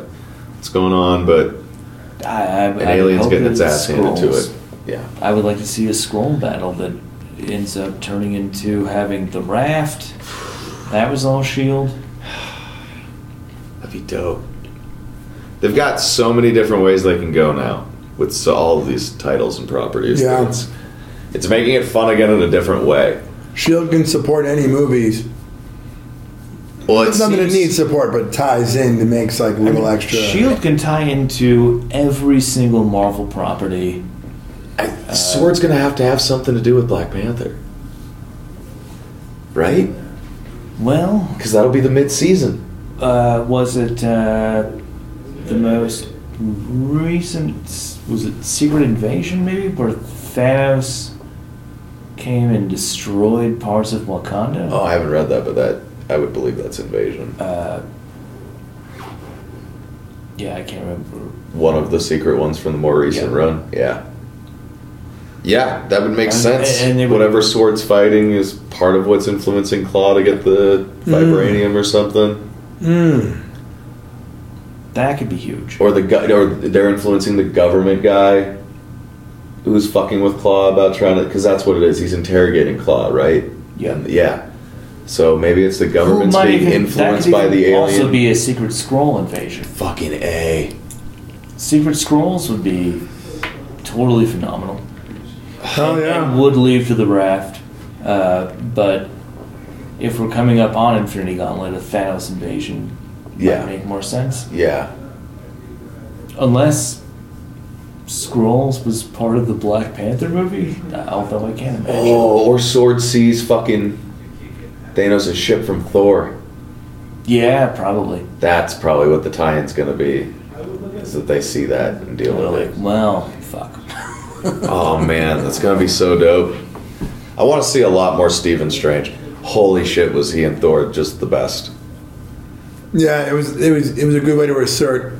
[SPEAKER 7] What's going on? But
[SPEAKER 6] I, I,
[SPEAKER 7] an alien's getting its ass
[SPEAKER 6] scrolls.
[SPEAKER 7] handed to it. Yeah,
[SPEAKER 6] I would like to see a scroll battle that ends up turning into having the raft. That was all shield.
[SPEAKER 7] that'd be dope. They've got so many different ways they can go now with so, all of these titles and properties.
[SPEAKER 8] Yeah.
[SPEAKER 7] it's, it's making it fun again in a different way.
[SPEAKER 8] Shield can support any movies.
[SPEAKER 7] Well,
[SPEAKER 8] It's nothing that
[SPEAKER 7] seems-
[SPEAKER 8] needs support, but ties in to makes like
[SPEAKER 6] I
[SPEAKER 8] little
[SPEAKER 6] mean,
[SPEAKER 8] extra.
[SPEAKER 6] Shield can tie into every single Marvel property.
[SPEAKER 7] I, Sword's gonna have to have something to do with Black Panther, right?
[SPEAKER 6] Well,
[SPEAKER 7] Because that'll be the mid-season.
[SPEAKER 6] uh, was it uh, the most recent? Was it Secret Invasion? Maybe where Thanos came and destroyed parts of Wakanda.
[SPEAKER 7] Oh, I haven't read that, but that I would believe that's Invasion.
[SPEAKER 6] uh, yeah, I can't remember.
[SPEAKER 7] One of the secret ones from the more recent
[SPEAKER 6] Yeah.
[SPEAKER 7] run. Yeah. Yeah, that would make
[SPEAKER 6] And-
[SPEAKER 7] sense.
[SPEAKER 6] and- and they would-
[SPEAKER 7] Whatever Sword's fighting is part of what's influencing Claw to get the vibranium or something,
[SPEAKER 8] Mm.
[SPEAKER 6] That could be huge.
[SPEAKER 7] or the guy, or they're influencing the government guy who's fucking with Claw about trying to, because that's what it is. He's interrogating Claw, right?
[SPEAKER 6] yeah.
[SPEAKER 7] Yeah. So maybe it's the
[SPEAKER 6] Who
[SPEAKER 7] government's
[SPEAKER 6] might
[SPEAKER 7] being
[SPEAKER 6] even-
[SPEAKER 7] influenced
[SPEAKER 6] that could
[SPEAKER 7] by
[SPEAKER 6] even
[SPEAKER 7] the alien.
[SPEAKER 6] Also, be a secret scroll invasion.
[SPEAKER 7] Fucking A.
[SPEAKER 6] Secret scrolls would be totally phenomenal.
[SPEAKER 8] Hell
[SPEAKER 6] And-
[SPEAKER 8] Oh, yeah.
[SPEAKER 6] and would lead to the raft, uh, but if we're coming up on Infinity Gauntlet, a Thanos invasion
[SPEAKER 7] Yeah.
[SPEAKER 6] might make more sense.
[SPEAKER 7] Yeah.
[SPEAKER 6] Unless Scrolls was part of the Black Panther movie, although I can't imagine.
[SPEAKER 7] Oh, or Sword sees fucking Thanos' ship from Thor.
[SPEAKER 6] Yeah, probably.
[SPEAKER 7] That's probably what the tie-in's gonna be. Is that they see that and deal
[SPEAKER 6] They're
[SPEAKER 7] with
[SPEAKER 6] like,
[SPEAKER 7] it.
[SPEAKER 6] well, fuck.
[SPEAKER 7] Oh man, that's gonna be so dope. I wanna see a lot more Stephen Strange. Holy shit was he and Thor just the best.
[SPEAKER 8] Yeah, it was it was it was a good way to assert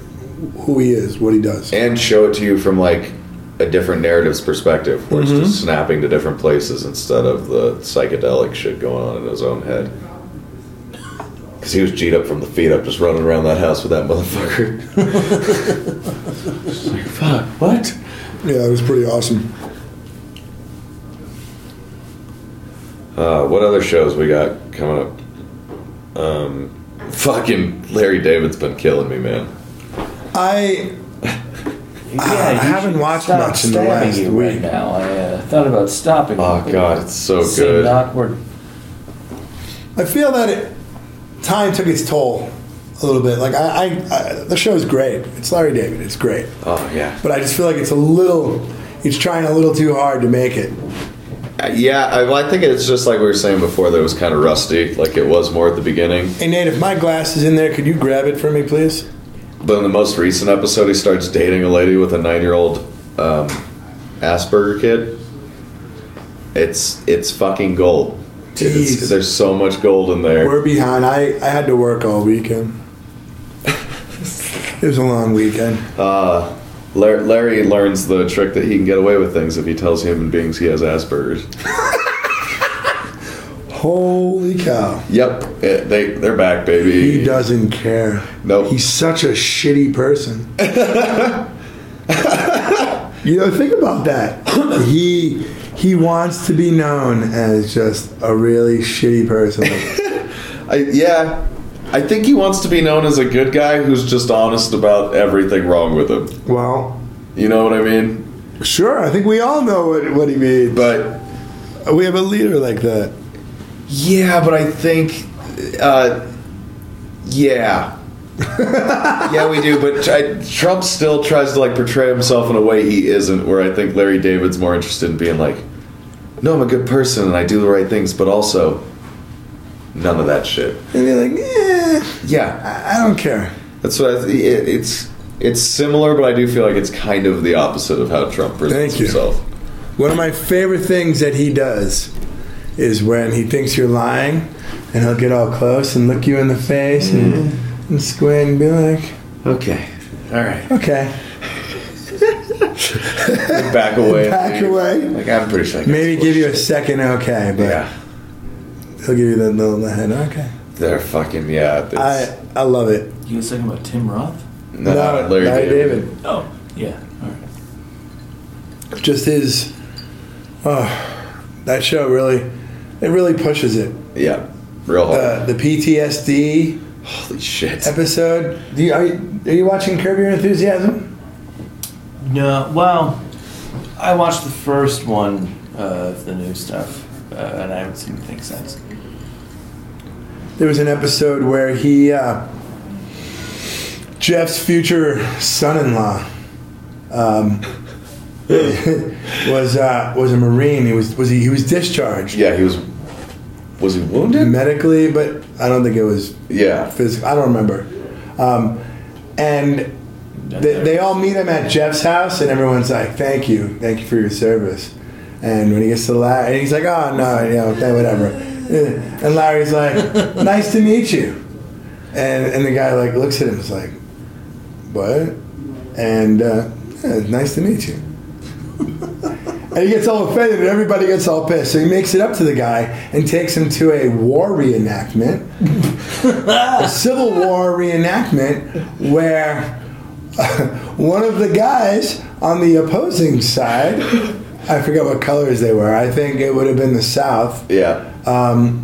[SPEAKER 8] who he is, what he does.
[SPEAKER 7] and show it to you from like a different narrative's perspective where it's just snapping to different places instead of the psychedelic shit going on in his own head because he was g up from the feet up just running around that house with that motherfucker It's like, fuck what
[SPEAKER 8] Yeah, it was pretty awesome.
[SPEAKER 7] uh, what other shows we got coming up um, fucking larry david's been killing me man
[SPEAKER 8] I
[SPEAKER 6] Yeah,
[SPEAKER 8] I
[SPEAKER 6] you
[SPEAKER 8] haven't
[SPEAKER 6] should
[SPEAKER 8] watched
[SPEAKER 6] stop
[SPEAKER 8] much in the
[SPEAKER 6] stabbing
[SPEAKER 8] last
[SPEAKER 6] you right
[SPEAKER 8] week.
[SPEAKER 6] now. I uh, thought about stopping.
[SPEAKER 7] oh
[SPEAKER 6] you.
[SPEAKER 7] god it's so
[SPEAKER 6] Seemed
[SPEAKER 7] good
[SPEAKER 6] awkward.
[SPEAKER 8] I feel that it, time took its toll a little bit. Like I, I, I the show's great. It's Larry David. It's great,
[SPEAKER 7] oh yeah
[SPEAKER 8] but I just feel like it's a little. It's trying a little too hard to make it.
[SPEAKER 7] Uh, yeah I, well, I think it's just like we were saying before that it was kind of rusty like it was more at the beginning
[SPEAKER 8] Hey Nate, if my glass is in there, could you grab it for me, please?
[SPEAKER 7] But in the most recent episode, he starts dating a lady with a nine-year-old um, Asperger kid. It's it's fucking gold. It's,
[SPEAKER 8] Jeez.
[SPEAKER 7] there's so much gold in there.
[SPEAKER 8] We're behind. I, I had to work all weekend. it was a long weekend.
[SPEAKER 7] Uh, Lar- Larry learns the trick that he can get away with things if he tells human beings he has Asperger's.
[SPEAKER 8] Holy cow.
[SPEAKER 7] Yep, eh, they they're back, baby.
[SPEAKER 8] He doesn't care.
[SPEAKER 7] Nope.
[SPEAKER 8] He's such a shitty person. you know, think about that. He he wants to be known as just a really shitty person.
[SPEAKER 7] I, yeah, I think he wants to be known as a good guy who's just honest about everything wrong with him.
[SPEAKER 8] well,
[SPEAKER 7] You know what I mean?
[SPEAKER 8] sure, I think we all know what, what he means.
[SPEAKER 7] But
[SPEAKER 8] we have a leader like that.
[SPEAKER 7] yeah, but I think, uh, yeah. yeah, we do, but I, Trump still tries to like portray himself in a way he isn't. Where I think Larry David's more interested in being like, "No, I'm a good person and I do the right things," but also none of that shit.
[SPEAKER 8] And you're like, eh,
[SPEAKER 7] Yeah,
[SPEAKER 8] I I don't care.
[SPEAKER 7] That's what I, it, it's. It's similar, but I do feel like it's kind of the opposite of how Trump presents
[SPEAKER 8] Thank you.
[SPEAKER 7] himself.
[SPEAKER 8] One of my favorite things that he does is when he thinks you're lying and he'll get all close and look you in the face and,
[SPEAKER 7] Mm-hmm.
[SPEAKER 8] and squint and be like,
[SPEAKER 7] Okay, all right.
[SPEAKER 8] okay,
[SPEAKER 7] Back away.
[SPEAKER 8] Back away.
[SPEAKER 7] Like I'm pretty sure. I can
[SPEAKER 8] maybe
[SPEAKER 7] explore
[SPEAKER 8] give you a
[SPEAKER 7] shit.
[SPEAKER 8] second okay, but
[SPEAKER 7] Yeah,
[SPEAKER 8] he'll give you that little in the head, okay.
[SPEAKER 7] they're fucking yeah. It's,
[SPEAKER 8] I, I love it.
[SPEAKER 6] You was talking about Tim Roth?
[SPEAKER 7] no,
[SPEAKER 8] No,
[SPEAKER 7] Larry, David.
[SPEAKER 6] Oh, yeah. All right.
[SPEAKER 8] Just his, oh, that show really, it really pushes it.
[SPEAKER 7] Yeah, real hard.
[SPEAKER 8] Uh, the PTSD
[SPEAKER 7] Holy shit.
[SPEAKER 8] episode. Do you, are, you, are you watching Curb Your Enthusiasm?
[SPEAKER 6] No, well, I watched the first one uh, of the new stuff, uh, and I haven't seen anything since.
[SPEAKER 8] There was an episode where he, uh, Jeff's future son-in-law, um, was uh, was a marine. He was was he, he was discharged
[SPEAKER 7] Yeah, he was. Was he wounded?
[SPEAKER 8] medically, but I don't think it was
[SPEAKER 7] yeah.
[SPEAKER 8] physical. I don't remember. Um, and they, they all meet him at Jeff's house, and everyone's like, "Thank you, thank you for your service." And when he gets to Larry, and he's like, "Oh no, you know, th- whatever." Eh, And Larry's like, "Nice to meet you," and and the guy like looks at him, is like, "What?" And uh, "Yeah, nice to meet you. And he gets all offended, and everybody gets all pissed. So he makes it up to the guy and takes him to a war reenactment, a Civil War reenactment, where one of the guys on the opposing side, I forget what colors they were, I think it would have been the South,
[SPEAKER 7] Yeah.
[SPEAKER 8] Uh,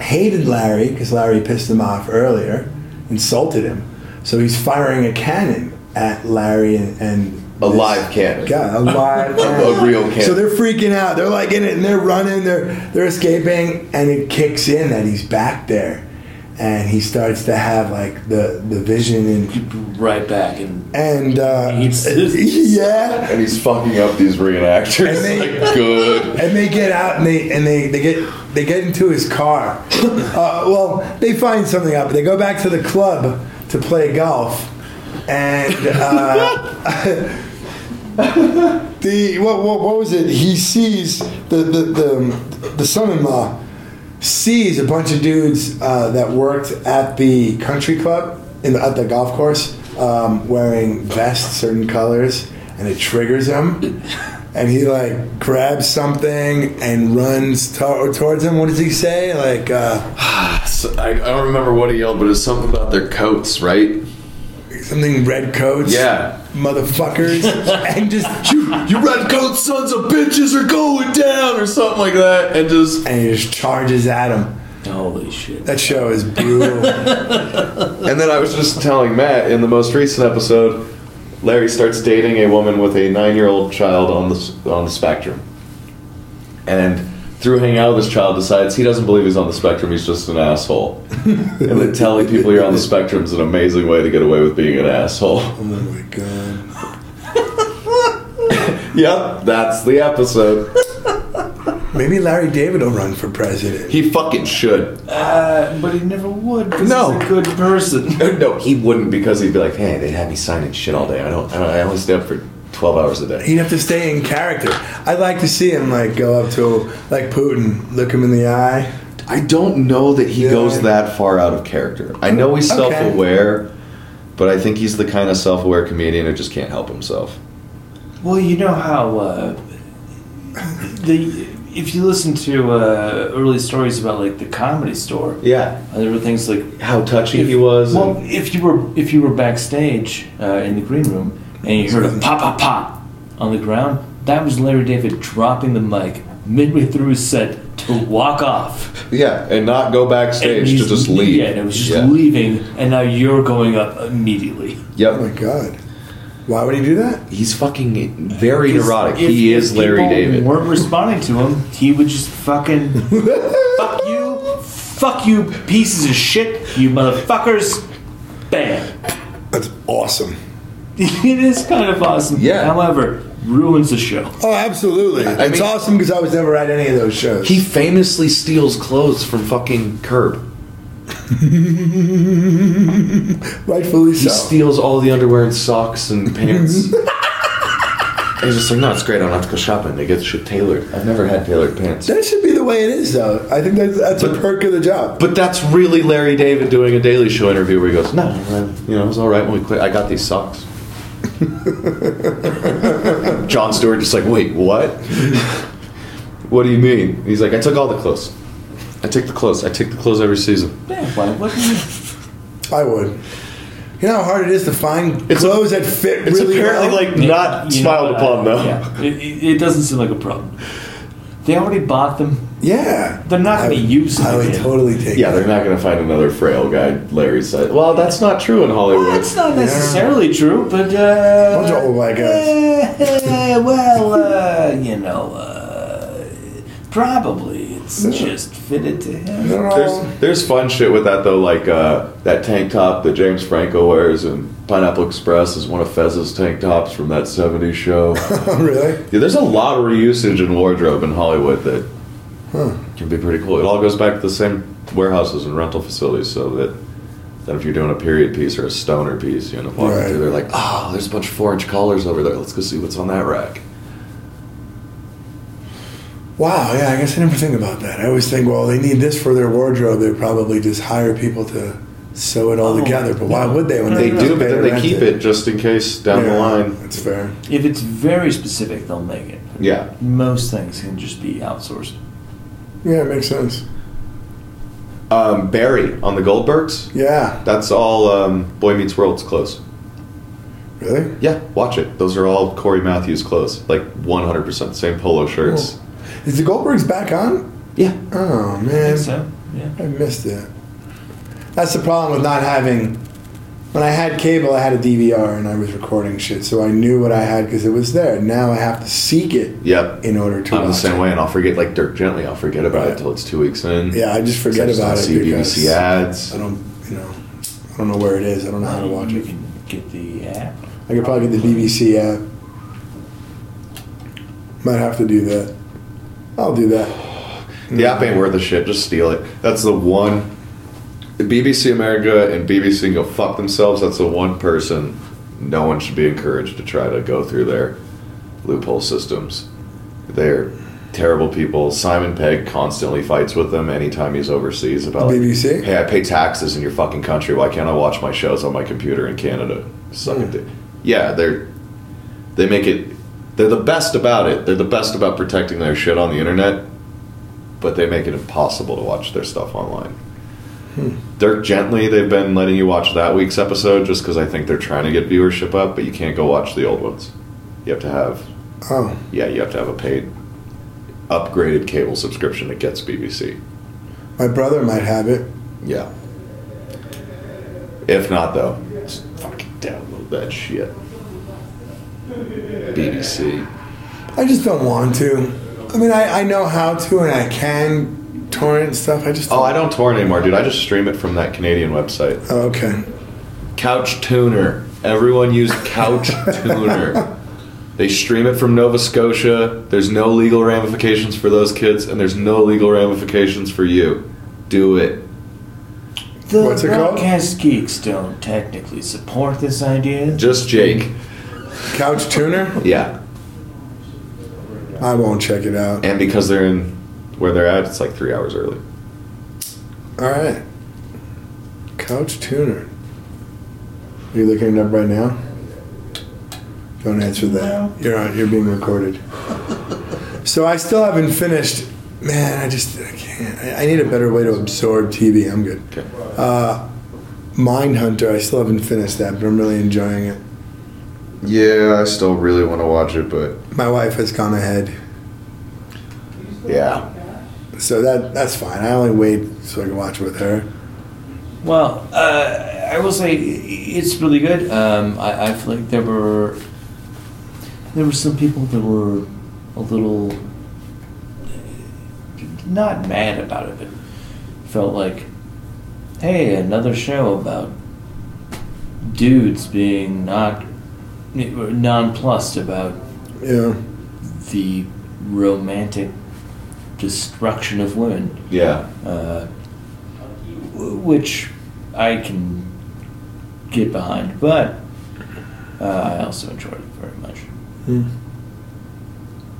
[SPEAKER 8] hated Larry because Larry pissed him off earlier, insulted him. So he's firing a cannon at Larry and. and
[SPEAKER 7] a
[SPEAKER 8] this
[SPEAKER 7] live cannon.
[SPEAKER 8] God, a live
[SPEAKER 7] A real cannon.
[SPEAKER 8] So they're freaking out. They're like in it and they're running, they're they're escaping, and it kicks in that he's back there. And he starts to have like the, the vision and
[SPEAKER 6] Right back, and
[SPEAKER 8] and uh,
[SPEAKER 6] He's-
[SPEAKER 8] yeah.
[SPEAKER 7] and he's fucking up these reenactors.
[SPEAKER 8] And they-
[SPEAKER 7] like, good.
[SPEAKER 8] And they get out and they and they, they get they get into his car. Uh, well, they find something out, but they go back to the club to play golf. And uh, the what, what what was it? He sees the the um, the, the son-in-law sees a bunch of dudes uh, that worked at the country club in the, at the golf course um, wearing vests certain colors and it triggers him and he like grabs something and runs to- towards him what does he say like uh,
[SPEAKER 7] So, I, I don't remember what he yelled, but it's something about their coats, right?
[SPEAKER 8] something red coats
[SPEAKER 7] Yeah.
[SPEAKER 8] motherfuckers and just
[SPEAKER 7] you, you red coat sons of bitches are going down or something like that and just
[SPEAKER 8] and he just charges at him
[SPEAKER 6] holy shit.
[SPEAKER 8] that show is brutal
[SPEAKER 7] and then i was just telling matt in the most recent episode larry starts dating a woman with a nine-year-old child on the, s- on the spectrum and through hanging out with this child decides he doesn't believe he's on the spectrum he's just an asshole and then telling people you're on the spectrum is an amazing way to get away with being an asshole
[SPEAKER 8] oh my god
[SPEAKER 7] yep that's the episode
[SPEAKER 8] maybe larry david will run for president
[SPEAKER 7] he fucking should
[SPEAKER 6] Uh, but he never would. 'cause
[SPEAKER 7] No.
[SPEAKER 6] he's a good person.
[SPEAKER 7] No, he wouldn't because he'd be like, "Hey, they'd have me signing shit all day. I don't. I, don't, I only stay up for twelve hours a day."
[SPEAKER 8] He'd have to stay in character. I'd like to see him like go up to like Putin, look him in the eye.
[SPEAKER 7] I don't know that he
[SPEAKER 8] Yeah.
[SPEAKER 7] goes that far out of character. I know he's
[SPEAKER 8] Okay.
[SPEAKER 7] self-aware, but I think he's the kind of self-aware comedian who just can't help himself.
[SPEAKER 6] Well, you know how uh, the if you listen to uh, early stories about like the comedy store,
[SPEAKER 7] Yeah,
[SPEAKER 6] uh, there were things like
[SPEAKER 7] how touchy
[SPEAKER 6] if-
[SPEAKER 7] he was.
[SPEAKER 6] Well,
[SPEAKER 7] and-
[SPEAKER 6] if you were if you were backstage uh, in the green room and you heard a pop pop pop on the ground, that was Larry David dropping the mic midway through his set to walk off.
[SPEAKER 7] yeah, and not go
[SPEAKER 6] And
[SPEAKER 7] backstage to
[SPEAKER 6] he's-
[SPEAKER 7] just leave.
[SPEAKER 6] Yeah, and it was just
[SPEAKER 7] Yeah.
[SPEAKER 6] leaving, and now you're going up immediately.
[SPEAKER 8] Oh my
[SPEAKER 7] Yep,
[SPEAKER 8] god. Why would he do that?
[SPEAKER 7] he's fucking very
[SPEAKER 6] Because
[SPEAKER 7] neurotic.
[SPEAKER 6] if-
[SPEAKER 7] He
[SPEAKER 6] if
[SPEAKER 7] is Larry
[SPEAKER 6] people
[SPEAKER 7] David.
[SPEAKER 6] Weren't responding to him. He would just fucking fuck you, fuck you, pieces of shit, you motherfuckers. Bam.
[SPEAKER 8] That's awesome.
[SPEAKER 6] It is kind of awesome.
[SPEAKER 7] Yeah.
[SPEAKER 6] However, ruins the show.
[SPEAKER 8] Oh, absolutely. it's
[SPEAKER 7] mean-
[SPEAKER 8] awesome because I was never at any of those shows.
[SPEAKER 7] He famously steals clothes from fucking Curb.
[SPEAKER 8] Rightfully
[SPEAKER 7] He
[SPEAKER 8] so.
[SPEAKER 7] steals all the underwear and socks and pants. and he's just like, no, it's great. I don't have to go shopping. They get shit tailored. I've never had tailored pants.
[SPEAKER 8] that should be the way it is, though. I think that's, that's a perk of the job.
[SPEAKER 7] But that's really Larry David doing a Daily Show interview where he goes, no, no, you know, it was all right when we quit. I got these socks. John Stewart just like, wait, what? what do you mean? He's like, I took all the clothes. I take the clothes. I take the clothes every season.
[SPEAKER 6] Yeah, why? What do you-
[SPEAKER 8] I would. You know how hard it is to find
[SPEAKER 7] It's a-
[SPEAKER 8] clothes that fit
[SPEAKER 7] It's
[SPEAKER 8] really
[SPEAKER 7] apparently
[SPEAKER 8] well?
[SPEAKER 7] like not
[SPEAKER 6] You know
[SPEAKER 7] smiled
[SPEAKER 6] what?
[SPEAKER 7] upon though.
[SPEAKER 6] Yeah. It, it, it doesn't seem like a problem. They already bought them.
[SPEAKER 8] yeah.
[SPEAKER 6] They're not
[SPEAKER 8] I
[SPEAKER 6] gonna
[SPEAKER 8] would-
[SPEAKER 6] use
[SPEAKER 8] I
[SPEAKER 6] it
[SPEAKER 8] would
[SPEAKER 6] again.
[SPEAKER 8] totally take
[SPEAKER 7] Yeah,
[SPEAKER 8] yeah,
[SPEAKER 7] they're not going to find another frail guy, Larry said. Well, that's not true in Hollywood.
[SPEAKER 6] That's not necessarily true, but uh,
[SPEAKER 8] Bunch of old white guys.
[SPEAKER 6] eh, well, uh, you know, uh, probably it's just fitted to him.
[SPEAKER 7] There's, there's fun shit with that though, like uh, that tank top that James Franco wears in Pineapple Express is one of Fez's tank tops from that '70s show.
[SPEAKER 8] Oh, really?
[SPEAKER 7] yeah, there's a lot of reusage in wardrobe in Hollywood that can be pretty cool. It all goes back to the same warehouses and rental facilities, so that that if you're doing a period piece or a stoner piece, you know, walking
[SPEAKER 8] Right.
[SPEAKER 7] through, they're like, oh, there's a bunch of four-inch collars over there. Let's go see what's on that rack.
[SPEAKER 8] Wow, yeah, I guess I never think about that. I always think, well, they need this for their wardrobe. They probably just hire people to sew it all together. But why would they when
[SPEAKER 7] Oh, They
[SPEAKER 8] can
[SPEAKER 7] do,
[SPEAKER 8] just
[SPEAKER 7] but
[SPEAKER 8] pay
[SPEAKER 7] then
[SPEAKER 8] to
[SPEAKER 7] they
[SPEAKER 8] rent
[SPEAKER 7] keep it just in case down the
[SPEAKER 8] Yeah,
[SPEAKER 7] line.
[SPEAKER 8] That's fair.
[SPEAKER 6] If it's very specific, they'll make it.
[SPEAKER 7] Yeah.
[SPEAKER 6] Most things can just be outsourced.
[SPEAKER 8] Yeah, it makes sense.
[SPEAKER 7] Um, Barry on the Goldbergs.
[SPEAKER 8] Yeah.
[SPEAKER 7] That's all um, Boy Meets World's clothes.
[SPEAKER 8] Really?
[SPEAKER 7] Yeah, watch it. Those are all Corey Matthews clothes. Like 100% same polo shirts.
[SPEAKER 8] Is the Goldbergs back on?
[SPEAKER 7] Yeah.
[SPEAKER 8] Oh
[SPEAKER 6] I
[SPEAKER 8] man,
[SPEAKER 6] think so. Yeah.
[SPEAKER 8] I missed it. That's the problem with not having. When I had cable, I had a DVR and I was recording shit, so I knew what I had because it was there. Now I have to seek it
[SPEAKER 7] Yep.
[SPEAKER 8] in order to.
[SPEAKER 7] I'm the
[SPEAKER 8] watch
[SPEAKER 7] same
[SPEAKER 8] it.
[SPEAKER 7] way, and I'll forget, like Dirk Gently, I'll forget about it till it's two weeks in.
[SPEAKER 8] Yeah, I just forget
[SPEAKER 7] I just
[SPEAKER 8] about
[SPEAKER 7] don't
[SPEAKER 8] it
[SPEAKER 7] see
[SPEAKER 8] because
[SPEAKER 7] BBC ads.
[SPEAKER 8] I don't, you know, I don't know where it is. I don't know how to watch
[SPEAKER 6] You
[SPEAKER 8] it.
[SPEAKER 6] can get the app.
[SPEAKER 8] I could probably get the BBC app. Might have to do that. I'll do that.
[SPEAKER 7] The app ain't worth a shit. Just steal it. That's the one. BBC America and BBC can go fuck themselves. That's the one person no one should be encouraged to try to go through their loophole systems. They're terrible people. Simon Pegg constantly fights with them anytime he's overseas about like,
[SPEAKER 8] BBC?
[SPEAKER 7] Hey, I pay taxes in your fucking country. Why can't I watch my shows on my computer in Canada? Suck a dick. Yeah, they're they make it. They're the best about it. They're the best about protecting their shit on the internet but they make it impossible to watch their stuff online. Dirk Gently, they've been letting you watch that week's episode just because I think they're trying to get viewership up, but you can't go watch the old ones. You have to have,
[SPEAKER 8] Oh,
[SPEAKER 7] yeah, you have to have a paid, upgraded cable subscription that gets BBC.
[SPEAKER 8] my brother might have it.
[SPEAKER 7] Yeah. If not, though, just fucking download that shit. BBC.
[SPEAKER 8] I just don't want to. I mean, I, I know how to and I can torrent stuff. I just
[SPEAKER 7] Oh, I don't torrent anymore, dude. I just stream it from that Canadian website.
[SPEAKER 8] Oh, okay.
[SPEAKER 7] Couch Tuner. Everyone used Couch Tuner. They stream it from Nova Scotia. There's no legal ramifications for those kids, and there's no legal ramifications for you. Do it.
[SPEAKER 6] The
[SPEAKER 8] What's it called?
[SPEAKER 6] broadcast geeks don't technically support this idea.
[SPEAKER 7] Just Jake.
[SPEAKER 8] Couch tuner.
[SPEAKER 7] Yeah.
[SPEAKER 8] I won't check it out.
[SPEAKER 7] And because they're in where they're at, it's like three hours early.
[SPEAKER 8] All right. Couch tuner. Are you looking it up right now? Don't answer that. You're on, you're being recorded. So I still haven't finished. Man, I just I can't. I, I need a better way to absorb TV. I'm good. Uh,
[SPEAKER 7] Okay.
[SPEAKER 8] Mindhunter. I still haven't finished that, but I'm really enjoying it.
[SPEAKER 7] Yeah, I still really want to watch it, but
[SPEAKER 8] My wife has gone ahead,
[SPEAKER 7] yeah.
[SPEAKER 8] so that that's fine. I only wait so I can watch with her.
[SPEAKER 6] Well, uh, I will say i- it's really good. Um, I, I feel like there were there were some people that were a little uh, not mad about it, but felt like, hey, another show about dudes being not nonplussed about
[SPEAKER 8] Yeah.
[SPEAKER 6] the romantic destruction of women
[SPEAKER 7] Yeah.
[SPEAKER 6] uh, which I can get behind, but uh, I also enjoyed it very much.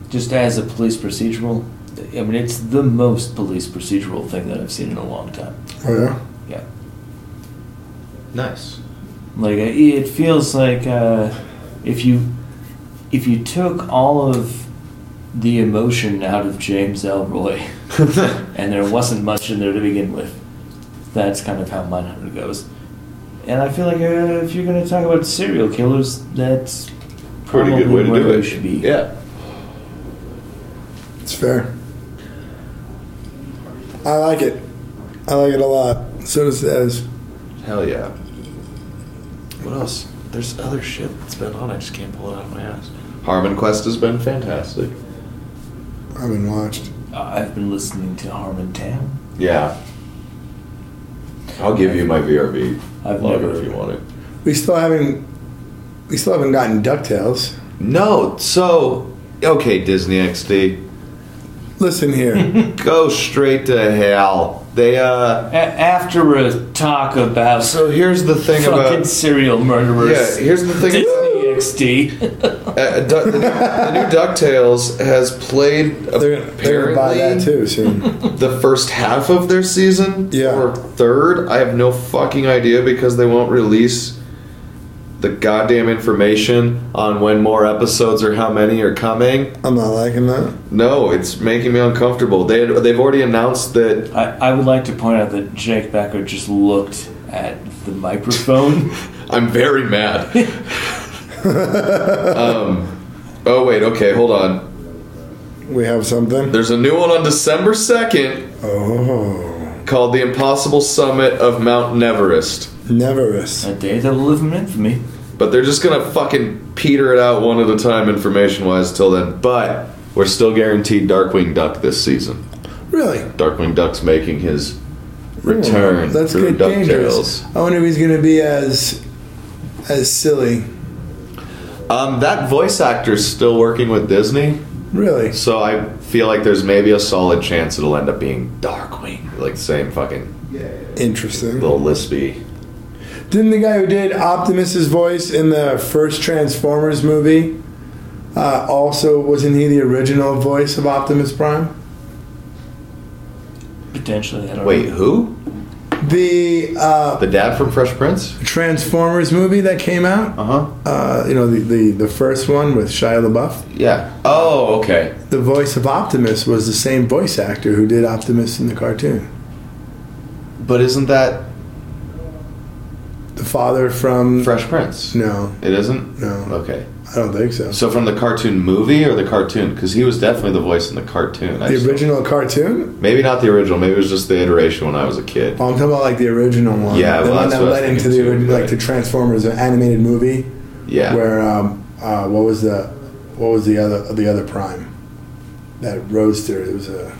[SPEAKER 6] Just as a police procedural, I mean, it's the most police procedural thing that I've seen in a long time.
[SPEAKER 8] Oh yeah.
[SPEAKER 6] Yeah,
[SPEAKER 7] Nice.
[SPEAKER 6] like it it feels like uh, if you if you took all of the emotion out of James Elroy, and there wasn't much in there to begin with. That's kind of how Mindhunter goes. And I feel like uh, if you're going to talk about serial killers, that's
[SPEAKER 7] Pretty
[SPEAKER 6] probably
[SPEAKER 7] good way to
[SPEAKER 6] where
[SPEAKER 7] do
[SPEAKER 6] we
[SPEAKER 7] it.
[SPEAKER 6] Should be.
[SPEAKER 7] Yeah.
[SPEAKER 8] It's fair. I like it. I like it a lot. So does Ez.
[SPEAKER 7] Hell yeah. What else? There's other shit that's been on. I just can't pull it out of my ass. Harmon Quest has been fantastic.
[SPEAKER 8] I haven't watched.
[SPEAKER 6] Uh, I've been listening to Harmon Town.
[SPEAKER 7] Yeah. I'll give you my VRV.
[SPEAKER 6] I've
[SPEAKER 7] Never
[SPEAKER 6] never-
[SPEAKER 7] if you want it.
[SPEAKER 8] We still haven't. We still haven't gotten Ducktales.
[SPEAKER 7] No. So, okay, Disney XD.
[SPEAKER 8] Listen here.
[SPEAKER 7] Go straight to hell. They, uh.
[SPEAKER 6] A- after a talk about
[SPEAKER 7] So here's the thing
[SPEAKER 6] fucking
[SPEAKER 7] about.
[SPEAKER 6] serial murderers,
[SPEAKER 7] Yeah, here's the thing
[SPEAKER 6] Disney XD.
[SPEAKER 7] Uh, Du- the, new, the new DuckTales has played
[SPEAKER 8] they're they're gonna
[SPEAKER 7] apparently
[SPEAKER 8] buy that too soon.
[SPEAKER 7] the first half of their season
[SPEAKER 8] Yeah.
[SPEAKER 7] or third. I have no fucking idea because they won't release the goddamn information on when more episodes or how many are coming.
[SPEAKER 8] I'm not liking that.
[SPEAKER 7] No, it's making me uncomfortable. They had, they've already announced that
[SPEAKER 6] I, I would like to point out that Jake Becker just looked at the microphone.
[SPEAKER 7] I'm very mad. um, oh wait, okay, hold on.
[SPEAKER 8] We have something.
[SPEAKER 7] There's a new one on December second.
[SPEAKER 8] Oh,
[SPEAKER 7] called the Impossible Summit of Mount Neverest.
[SPEAKER 8] Neverus.
[SPEAKER 6] a day that will live in infamy.
[SPEAKER 7] But they're just gonna fucking peter it out one at a time, information wise, till then. But we're still guaranteed Darkwing Duck this season.
[SPEAKER 8] Really?
[SPEAKER 7] Darkwing Duck's making his return
[SPEAKER 8] That's
[SPEAKER 7] through
[SPEAKER 8] good. Dangerous.
[SPEAKER 7] DuckTales.
[SPEAKER 8] I wonder if he's gonna be as as silly.
[SPEAKER 7] Um, that voice actor's still working with Disney,
[SPEAKER 8] Really?
[SPEAKER 7] so I feel like there's maybe a solid chance it'll end up being Darkwing, like same fucking
[SPEAKER 8] Interesting.
[SPEAKER 7] little lispy.
[SPEAKER 8] Didn't the guy who did Optimus's voice in the first Transformers movie uh, also wasn't he the original voice of Optimus Prime?
[SPEAKER 6] Potentially, I don't
[SPEAKER 7] Wait,
[SPEAKER 6] know.
[SPEAKER 7] who?
[SPEAKER 8] The uh,
[SPEAKER 7] The dad from Fresh Prince?
[SPEAKER 8] Transformers movie that came out,
[SPEAKER 7] Uh huh.
[SPEAKER 8] uh, you know, the, the, the first one with Shia LaBeouf,
[SPEAKER 7] Yeah. Oh, okay.
[SPEAKER 8] the voice of Optimus was the same voice actor who did Optimus in the cartoon.
[SPEAKER 7] But isn't that
[SPEAKER 8] The father from.
[SPEAKER 7] Fresh Prince?
[SPEAKER 8] No,
[SPEAKER 7] It isn't?
[SPEAKER 8] No.
[SPEAKER 7] Okay.
[SPEAKER 8] I don't think so.
[SPEAKER 7] So from the cartoon movie or the cartoon? Because he was definitely the voice in the cartoon. I just-
[SPEAKER 8] The original cartoon?
[SPEAKER 7] Maybe not the original. Maybe it was just the iteration when I was a kid.
[SPEAKER 8] Oh, I'm talking about like the original one.
[SPEAKER 7] Yeah,
[SPEAKER 8] the
[SPEAKER 7] well,
[SPEAKER 8] one
[SPEAKER 7] that's
[SPEAKER 8] that
[SPEAKER 7] what I was
[SPEAKER 8] led into
[SPEAKER 7] thinking
[SPEAKER 8] the
[SPEAKER 7] too,
[SPEAKER 8] orig-
[SPEAKER 7] but-
[SPEAKER 8] like the Transformers an animated movie.
[SPEAKER 7] Yeah.
[SPEAKER 8] where um, uh, what was the what was the other the other prime that roadster? It was a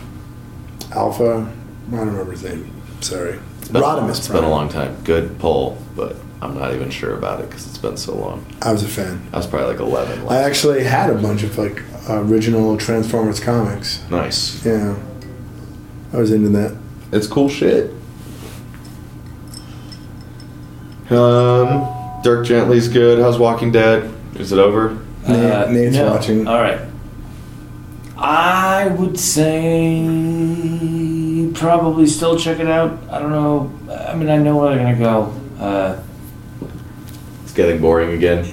[SPEAKER 8] alpha. I don't remember his name. Sorry,
[SPEAKER 7] But
[SPEAKER 8] Rodimus.
[SPEAKER 7] It's
[SPEAKER 8] Prime.
[SPEAKER 7] been a long time. Good poll, but I'm not even sure about it because it's been so long.
[SPEAKER 8] I was a fan.
[SPEAKER 7] I was probably like 11.
[SPEAKER 8] I actually had a bunch of like original Transformers comics.
[SPEAKER 7] nice.
[SPEAKER 8] Yeah, I was into that.
[SPEAKER 7] It's cool shit. Um, Dirk Gently's good. How's Walking Dead? Is it over?
[SPEAKER 6] Uh,
[SPEAKER 8] Nate, Nate's
[SPEAKER 6] no.
[SPEAKER 8] watching.
[SPEAKER 6] All right. I would say probably still check it out. I don't know. I mean, I know where they're gonna go. Uh,
[SPEAKER 7] It's getting boring again.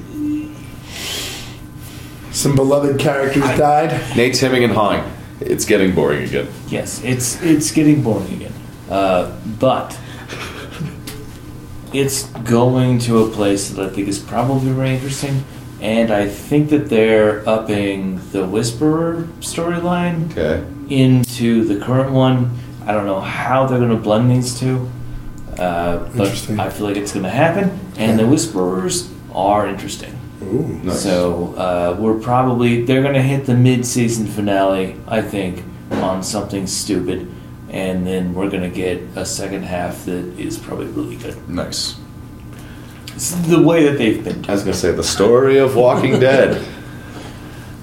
[SPEAKER 8] Some beloved characters died.
[SPEAKER 7] Nate's hemming and hawing. It's getting boring again.
[SPEAKER 6] Yes, it's it's getting boring again, uh, but it's going to a place that I think is probably very interesting, and I think that they're upping the Whisperer storyline
[SPEAKER 7] Okay.
[SPEAKER 6] into the current one. I don't know how they're going to blend these two, uh, but
[SPEAKER 8] Interesting.
[SPEAKER 6] I feel like it's going to happen, and the Whisperers are interesting.
[SPEAKER 7] Nice.
[SPEAKER 6] So uh, we're probably they're gonna hit the mid-season finale, I think, on something stupid, and then we're gonna get a second half that is probably really good.
[SPEAKER 7] nice.
[SPEAKER 6] It's the way that they've been.
[SPEAKER 7] I
[SPEAKER 6] doing
[SPEAKER 7] was gonna say the story of Walking Dead.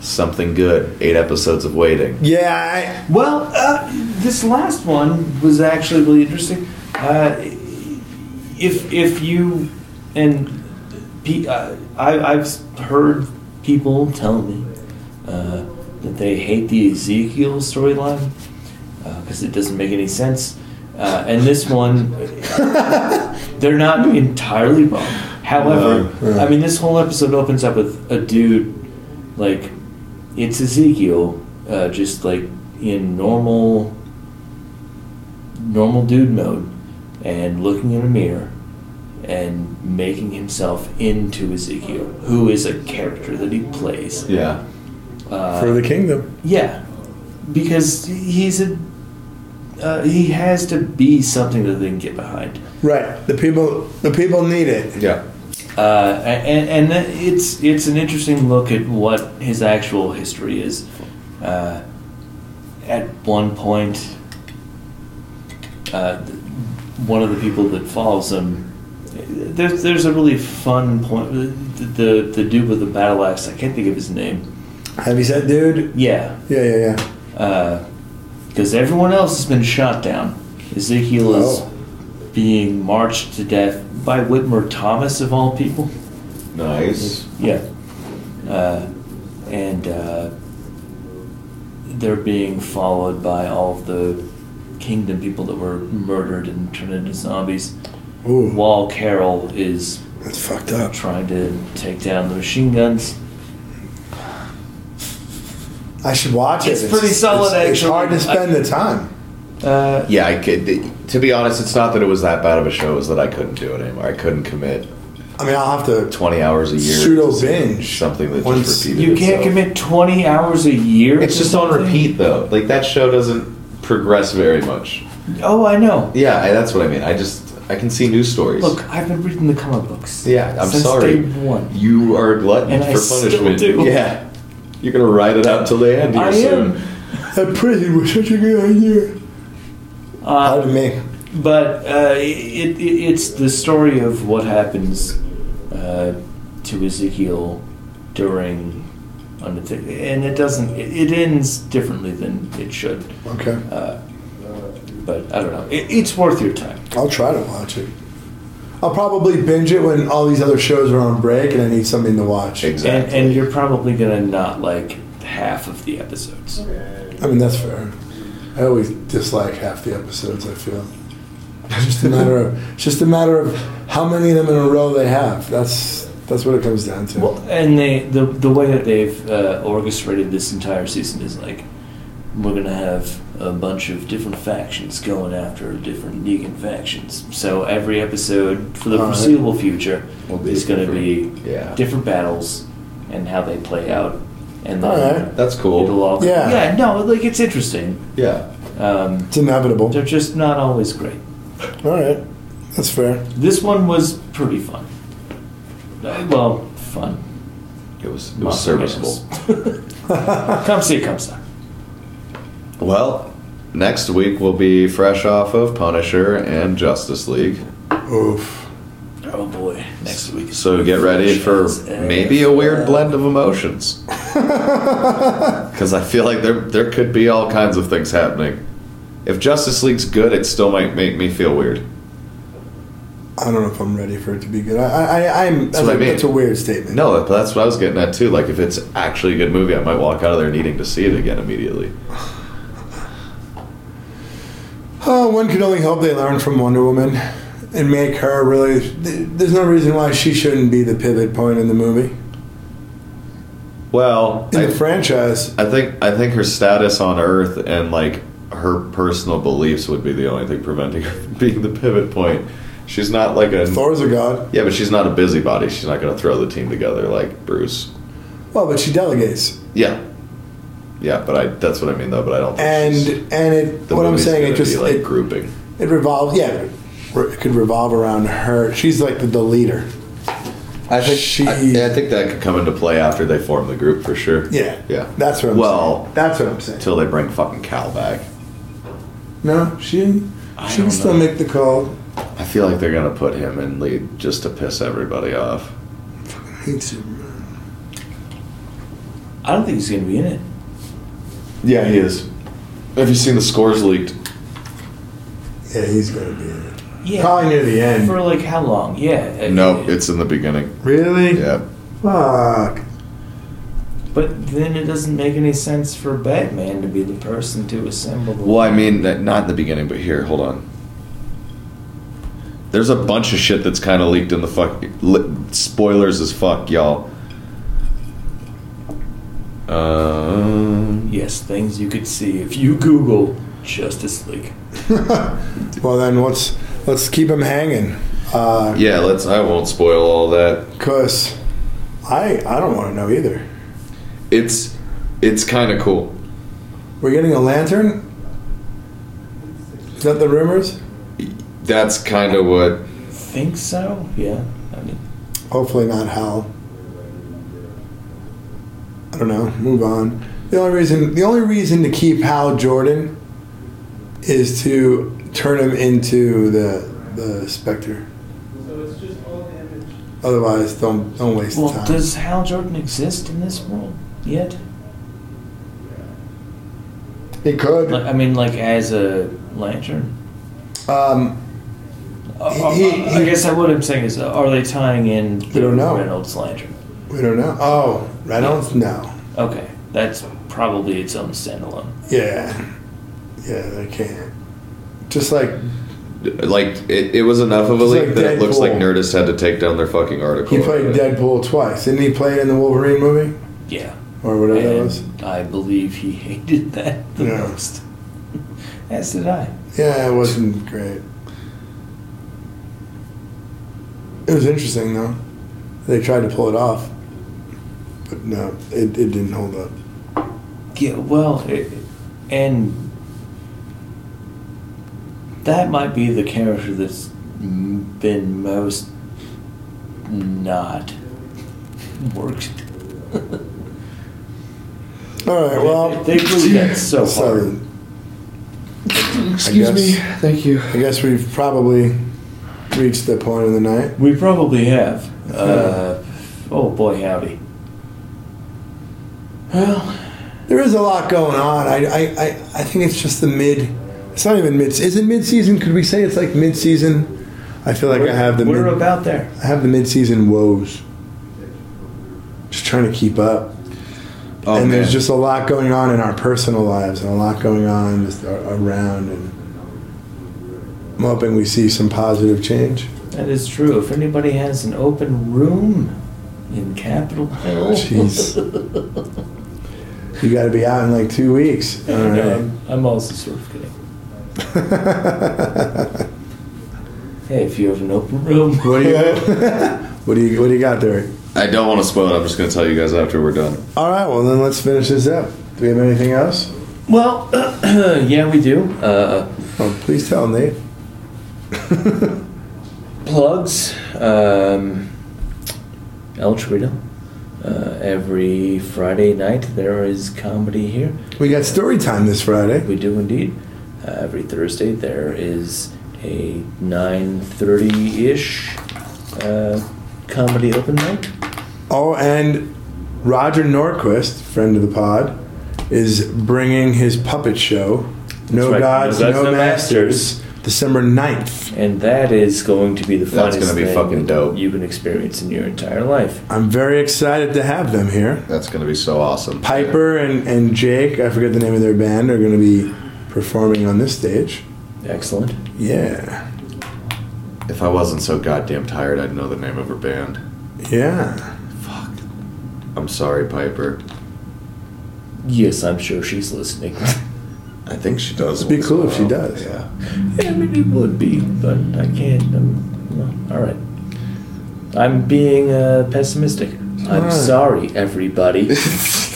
[SPEAKER 7] Something good. Eight episodes of waiting.
[SPEAKER 8] Yeah, I,
[SPEAKER 6] Well, uh, this last one was actually really interesting. Uh, if if you and pe- uh, I, I've heard people tell me uh, that they hate the Ezekiel storyline because it doesn't make any sense. Uh, and this one, they're not entirely wrong. However, I mean, this whole episode opens up with a dude like it's Ezekiel, uh, just like in normal, normal dude mode, and looking in a mirror and making himself into Ezekiel, who is a character that he plays.
[SPEAKER 7] Yeah.
[SPEAKER 6] Uh,
[SPEAKER 8] for the kingdom.
[SPEAKER 6] Yeah, because he's a uh, he has to be something that they can get behind.
[SPEAKER 8] Right. The people, the people need it.
[SPEAKER 7] Yeah.
[SPEAKER 6] uh, and, and it's it's an interesting look at what his actual history is. Uh, at one point, uh, th- one of the people that follows him, there's there's a really fun point. The the, the dude with the battle axe, I can't think of his name.
[SPEAKER 8] Have you said, dude?
[SPEAKER 6] Yeah,
[SPEAKER 8] Yeah, yeah, yeah.
[SPEAKER 6] because everyone else has been shot down. Ezekiel
[SPEAKER 8] Oh.
[SPEAKER 6] is being marched to death by Whitmer Thomas of all people.
[SPEAKER 7] Nice.
[SPEAKER 6] Yeah. Uh, and uh, they're being followed by all of the kingdom people that were murdered and turned into zombies.
[SPEAKER 8] Ooh,
[SPEAKER 6] While Carol is
[SPEAKER 8] that's fucked up.
[SPEAKER 6] trying to take down the machine guns.
[SPEAKER 8] I should watch it.
[SPEAKER 6] It's pretty
[SPEAKER 8] It's,
[SPEAKER 6] solid,
[SPEAKER 8] it's
[SPEAKER 6] actually.
[SPEAKER 8] hard to spend the time.
[SPEAKER 6] Uh,
[SPEAKER 7] Yeah, I could. To be honest, it's not that it was that bad of a show. It was that I couldn't do it anymore. I couldn't commit
[SPEAKER 8] I mean, I'll have to
[SPEAKER 7] twenty hours a year.
[SPEAKER 8] pseudo
[SPEAKER 7] to seeing
[SPEAKER 8] binge
[SPEAKER 7] something that
[SPEAKER 8] Once-
[SPEAKER 7] just repeated.
[SPEAKER 6] you can't
[SPEAKER 7] itself.
[SPEAKER 6] commit 20 hours a year.
[SPEAKER 7] It's
[SPEAKER 6] to
[SPEAKER 7] just on
[SPEAKER 6] something?
[SPEAKER 7] repeat though. Like that show doesn't progress very much.
[SPEAKER 6] Oh, I know.
[SPEAKER 7] Yeah, I, that's what I mean. I just I can see news stories.
[SPEAKER 6] Look, I've been reading the comic books.
[SPEAKER 7] Yeah, I'm
[SPEAKER 6] since
[SPEAKER 7] sorry.
[SPEAKER 6] Day one.
[SPEAKER 7] You are a glutton
[SPEAKER 6] And I
[SPEAKER 7] for
[SPEAKER 6] still
[SPEAKER 7] punishment.
[SPEAKER 6] do.
[SPEAKER 7] Yeah. You're gonna ride it out till the end here
[SPEAKER 6] I
[SPEAKER 7] soon.
[SPEAKER 6] am.
[SPEAKER 8] That prison was such a good idea.
[SPEAKER 6] Uh,
[SPEAKER 8] Pardon me.
[SPEAKER 6] but uh, it, it, it's the story of what happens uh, to Ezekiel during Undertaker, and it doesn't. It, it ends differently than it should.
[SPEAKER 8] Okay,
[SPEAKER 6] But I don't know. It, it's worth your time.
[SPEAKER 8] I'll try to watch it. I'll probably binge it when all these other shows are on break and I need something to watch.
[SPEAKER 7] Exactly.
[SPEAKER 6] And, and you're probably gonna not like half of the episodes.
[SPEAKER 8] I mean, that's fair. I always dislike half the episodes. I feel. It's just a matter of it's just a matter of how many of them in a row they have. That's that's what it comes down to.
[SPEAKER 6] Well, and they the the way that they've uh, orchestrated this entire season is like we're gonna have a bunch of different factions going after different Negan factions. So every episode for the
[SPEAKER 8] All right.
[SPEAKER 6] foreseeable future
[SPEAKER 7] Uh-huh. Will be
[SPEAKER 6] is gonna be
[SPEAKER 7] different. Yeah.
[SPEAKER 6] different battles and how they play out. And
[SPEAKER 8] All
[SPEAKER 6] then
[SPEAKER 8] right.
[SPEAKER 7] That's cool.
[SPEAKER 6] it'll all
[SPEAKER 8] Yeah.
[SPEAKER 6] yeah no like it's interesting.
[SPEAKER 7] yeah.
[SPEAKER 6] Um,
[SPEAKER 8] it's inevitable.
[SPEAKER 6] they're just not always great.
[SPEAKER 8] All right, that's fair.
[SPEAKER 6] This one was pretty fun. Uh, well, fun.
[SPEAKER 7] It was it
[SPEAKER 6] Not
[SPEAKER 7] was serviceable.
[SPEAKER 6] Come see, come see.
[SPEAKER 7] Well, next week we'll be fresh off of Punisher and Justice League.
[SPEAKER 8] Oof.
[SPEAKER 6] Oh boy, next week.
[SPEAKER 7] So get ready for maybe a weird blend of emotions. Cause I feel like there there could be all kinds of things happening. If Justice League's good, it still might make me feel weird.
[SPEAKER 8] I don't know if I'm ready for it to be good. I, I, I'm. That's,
[SPEAKER 7] what
[SPEAKER 8] a-
[SPEAKER 7] I mean.
[SPEAKER 8] that's a weird statement.
[SPEAKER 7] No, that- that's what I was getting at too. Like, if it's actually a good movie, I might walk out of there needing to see it again immediately.
[SPEAKER 8] Oh, one can only hope they learn from Wonder Woman and make her really. th- There's no reason why she shouldn't be the pivot point in the movie.
[SPEAKER 7] Well,
[SPEAKER 8] in the
[SPEAKER 7] I,
[SPEAKER 8] franchise.
[SPEAKER 7] I think I think her status on Earth and like her personal beliefs would be the only thing preventing her from being the pivot point. She's not like a
[SPEAKER 8] Thor's a god.
[SPEAKER 7] yeah, but she's not a busybody. She's not going to throw the team together like Bruce.
[SPEAKER 8] Well, but she delegates.
[SPEAKER 7] Yeah, yeah, but I that's what I mean though. But I don't think
[SPEAKER 8] And
[SPEAKER 7] she's-
[SPEAKER 8] and it
[SPEAKER 7] the
[SPEAKER 8] what I'm
[SPEAKER 7] movie's
[SPEAKER 8] saying
[SPEAKER 7] gonna
[SPEAKER 8] it just
[SPEAKER 7] be, like
[SPEAKER 8] it,
[SPEAKER 7] grouping.
[SPEAKER 8] it revolves yeah it could revolve around her. She's like the, the leader.
[SPEAKER 7] I think
[SPEAKER 8] she-
[SPEAKER 7] I, I think that could come into play after they form the group for sure.
[SPEAKER 8] Yeah.
[SPEAKER 7] yeah.
[SPEAKER 8] That's what I'm
[SPEAKER 7] well,
[SPEAKER 8] saying. That's what I'm saying.
[SPEAKER 7] until they bring fucking Cal back.
[SPEAKER 8] No, she she
[SPEAKER 7] don't
[SPEAKER 8] can still
[SPEAKER 7] know.
[SPEAKER 8] make the call.
[SPEAKER 7] I feel like they're gonna put him in lead just to piss everybody off.
[SPEAKER 8] Hate Superman.
[SPEAKER 6] I don't think he's gonna be in it.
[SPEAKER 7] Yeah, he is. Have you seen the scores leaked?
[SPEAKER 8] Yeah, he's gonna be in it.
[SPEAKER 6] Yeah.
[SPEAKER 8] Probably near the end.
[SPEAKER 6] For like how long? Yeah.
[SPEAKER 7] No,
[SPEAKER 6] It,
[SPEAKER 7] it's in the beginning.
[SPEAKER 8] Really?
[SPEAKER 7] Yeah.
[SPEAKER 8] Fuck.
[SPEAKER 6] but then it doesn't make any sense for Batman to be the person to assemble the.
[SPEAKER 7] Well, I mean, that- not in the beginning, but here, hold on. There's a bunch of shit that's kind of leaked in the fuck. Li- spoilers as fuck, y'all. Um,
[SPEAKER 6] Yes, things you could see if you Google Justice League.
[SPEAKER 8] Well then, let's let's keep him hanging. Uh,
[SPEAKER 7] yeah, let's. I won't spoil all that.
[SPEAKER 8] Cause I I don't want to know either.
[SPEAKER 7] It's it's kind of cool.
[SPEAKER 8] We're getting a lantern. Is that the rumors?
[SPEAKER 7] That's kind of what
[SPEAKER 6] Think so? Yeah. I mean,
[SPEAKER 8] Hopefully not Hal. I don't know. Move on. The only reason the only reason to keep Hal Jordan is to turn him into the the Spectre. Otherwise, don't don't waste
[SPEAKER 6] well,
[SPEAKER 8] time.
[SPEAKER 6] does Hal Jordan exist in this world yet?
[SPEAKER 8] it could.
[SPEAKER 6] Like, I mean, like as a lantern.
[SPEAKER 8] Um,
[SPEAKER 6] Uh,
[SPEAKER 8] He-
[SPEAKER 6] uh,
[SPEAKER 8] he-
[SPEAKER 6] I
[SPEAKER 8] he-
[SPEAKER 6] guess what I'm saying is, uh, are they tying in the
[SPEAKER 8] don't know.
[SPEAKER 6] Reynolds lantern?
[SPEAKER 8] we don't know. Oh, Reynolds? No.
[SPEAKER 6] Okay, that's probably its own standalone.
[SPEAKER 8] Yeah. Yeah, they can't. Just like
[SPEAKER 7] like it, it was enough of a
[SPEAKER 8] It's
[SPEAKER 7] leak
[SPEAKER 8] like
[SPEAKER 7] that it looks like
[SPEAKER 8] Deadpool.
[SPEAKER 7] Nerdist had to take down their fucking article.
[SPEAKER 8] he played Deadpool twice. Didn't he play it in the Wolverine movie?
[SPEAKER 6] Yeah,
[SPEAKER 8] Or whatever that
[SPEAKER 6] and
[SPEAKER 8] was?
[SPEAKER 6] I believe he hated that the
[SPEAKER 8] Yeah.
[SPEAKER 6] most. As did I.
[SPEAKER 8] Yeah, it wasn't great. It was interesting though. They tried to pull it off, but no, it, it didn't hold up.
[SPEAKER 6] Yeah, well, it, and that might be the character that's m- been most not worked.
[SPEAKER 8] All right, well,
[SPEAKER 6] they really got so
[SPEAKER 8] so
[SPEAKER 6] hard.
[SPEAKER 8] excuse me.
[SPEAKER 7] Thank you.
[SPEAKER 8] I guess we've probably reached the point of the night.
[SPEAKER 6] We probably have. Uh, oh boy, howdy. Well,
[SPEAKER 8] There is a lot going on. I I, I, I think it's just the mid. It's not even mid. Is it mid season? Could we say it's like mid season? I feel like I have the
[SPEAKER 6] we're
[SPEAKER 8] mid,
[SPEAKER 6] about there.
[SPEAKER 8] I have the mid season woes. Just trying to keep up.
[SPEAKER 7] Oh,
[SPEAKER 8] and
[SPEAKER 7] man.
[SPEAKER 8] there's just a lot going on in our personal lives and a lot going on just a- around and i'm hoping we see some positive change
[SPEAKER 6] That is true. If anybody has an open room in Capitol Hill,
[SPEAKER 8] jeez you got to be out in like two weeks all right
[SPEAKER 6] No, I'm also sort of kidding. Hey, if you have an open room,
[SPEAKER 8] what do you what do you what do you got there
[SPEAKER 7] I don't want to spoil it. I'm just going to tell you guys after we're done.
[SPEAKER 8] all right well then let's finish this up do we have anything else
[SPEAKER 6] well, yeah, we do. Uh,
[SPEAKER 8] oh, please tell nate
[SPEAKER 6] plugs, um, El Torito. Uh, every Friday night there is comedy here.
[SPEAKER 8] we got story time this friday
[SPEAKER 6] We do indeed. Uh, every Thursday there is a 9:30-ish uh, comedy open night.
[SPEAKER 8] Oh, and Roger Norquist, friend of the pod, is bringing his puppet show, No
[SPEAKER 6] right,
[SPEAKER 8] Gods,
[SPEAKER 6] No
[SPEAKER 8] No,
[SPEAKER 6] Gods, No
[SPEAKER 8] Masters, December 9th.
[SPEAKER 6] And that is going to be the
[SPEAKER 7] That's
[SPEAKER 6] funnest
[SPEAKER 7] gonna be
[SPEAKER 6] thing
[SPEAKER 7] fucking dope.
[SPEAKER 6] you can experience in your entire life.
[SPEAKER 8] I'm very excited to have them here.
[SPEAKER 7] That's going to be so awesome.
[SPEAKER 8] Piper and, and Jake, I forget the name of their band, are going to be performing on this stage.
[SPEAKER 6] Excellent.
[SPEAKER 8] Yeah.
[SPEAKER 7] If I wasn't so goddamn tired, I'd know the name of her band.
[SPEAKER 8] Yeah.
[SPEAKER 7] Fuck. I'm sorry, Piper.
[SPEAKER 6] Yes, I'm sure she's listening.
[SPEAKER 7] I think she does.
[SPEAKER 8] It'd be
[SPEAKER 7] once
[SPEAKER 8] cool
[SPEAKER 7] in
[SPEAKER 8] if
[SPEAKER 7] a
[SPEAKER 8] she
[SPEAKER 7] while.
[SPEAKER 8] does.
[SPEAKER 7] Yeah.
[SPEAKER 6] yeah, maybe it would be, but I can't. I'm, no, all right. I'm being uh, pessimistic. I'm
[SPEAKER 8] right.
[SPEAKER 6] sorry, everybody.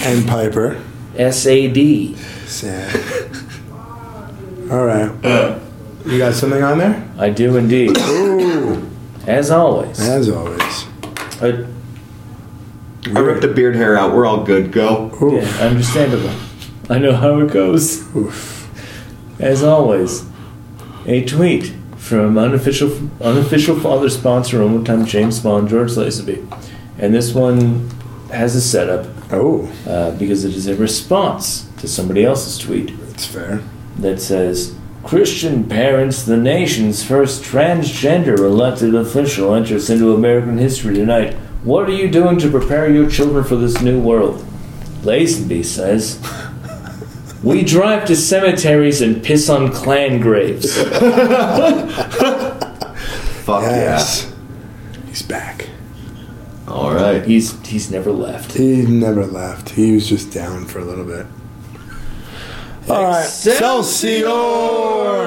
[SPEAKER 8] And Piper.
[SPEAKER 6] SAD.
[SPEAKER 8] Sad. All right. You got something on there?
[SPEAKER 6] I do indeed.
[SPEAKER 8] Ooh.
[SPEAKER 6] As always.
[SPEAKER 8] As always.
[SPEAKER 6] Uh,
[SPEAKER 7] I ripped a beard hair out. We're all good. Go.
[SPEAKER 8] Ooh.
[SPEAKER 6] yeah, understandable. I know how it goes.
[SPEAKER 8] Oof.
[SPEAKER 6] As always, a tweet from unofficial unofficial father sponsor one more time James Bond George Lazenby, and this one has a setup
[SPEAKER 8] Oh,
[SPEAKER 6] uh, because it is a response to somebody else's tweet
[SPEAKER 8] that's fair.
[SPEAKER 6] that says Christian parents, the nation's first transgender elected official, enters into American history tonight. What are you doing to prepare your children for this new world? Lazenby says, We drive to cemeteries and piss on clan graves.
[SPEAKER 7] Fuck
[SPEAKER 8] Yes. He's back.
[SPEAKER 7] yeah. All right.
[SPEAKER 6] He's he's never left.
[SPEAKER 8] He never left. He was just down for a little bit. All right.
[SPEAKER 6] Excelsior!
[SPEAKER 8] Excelsior!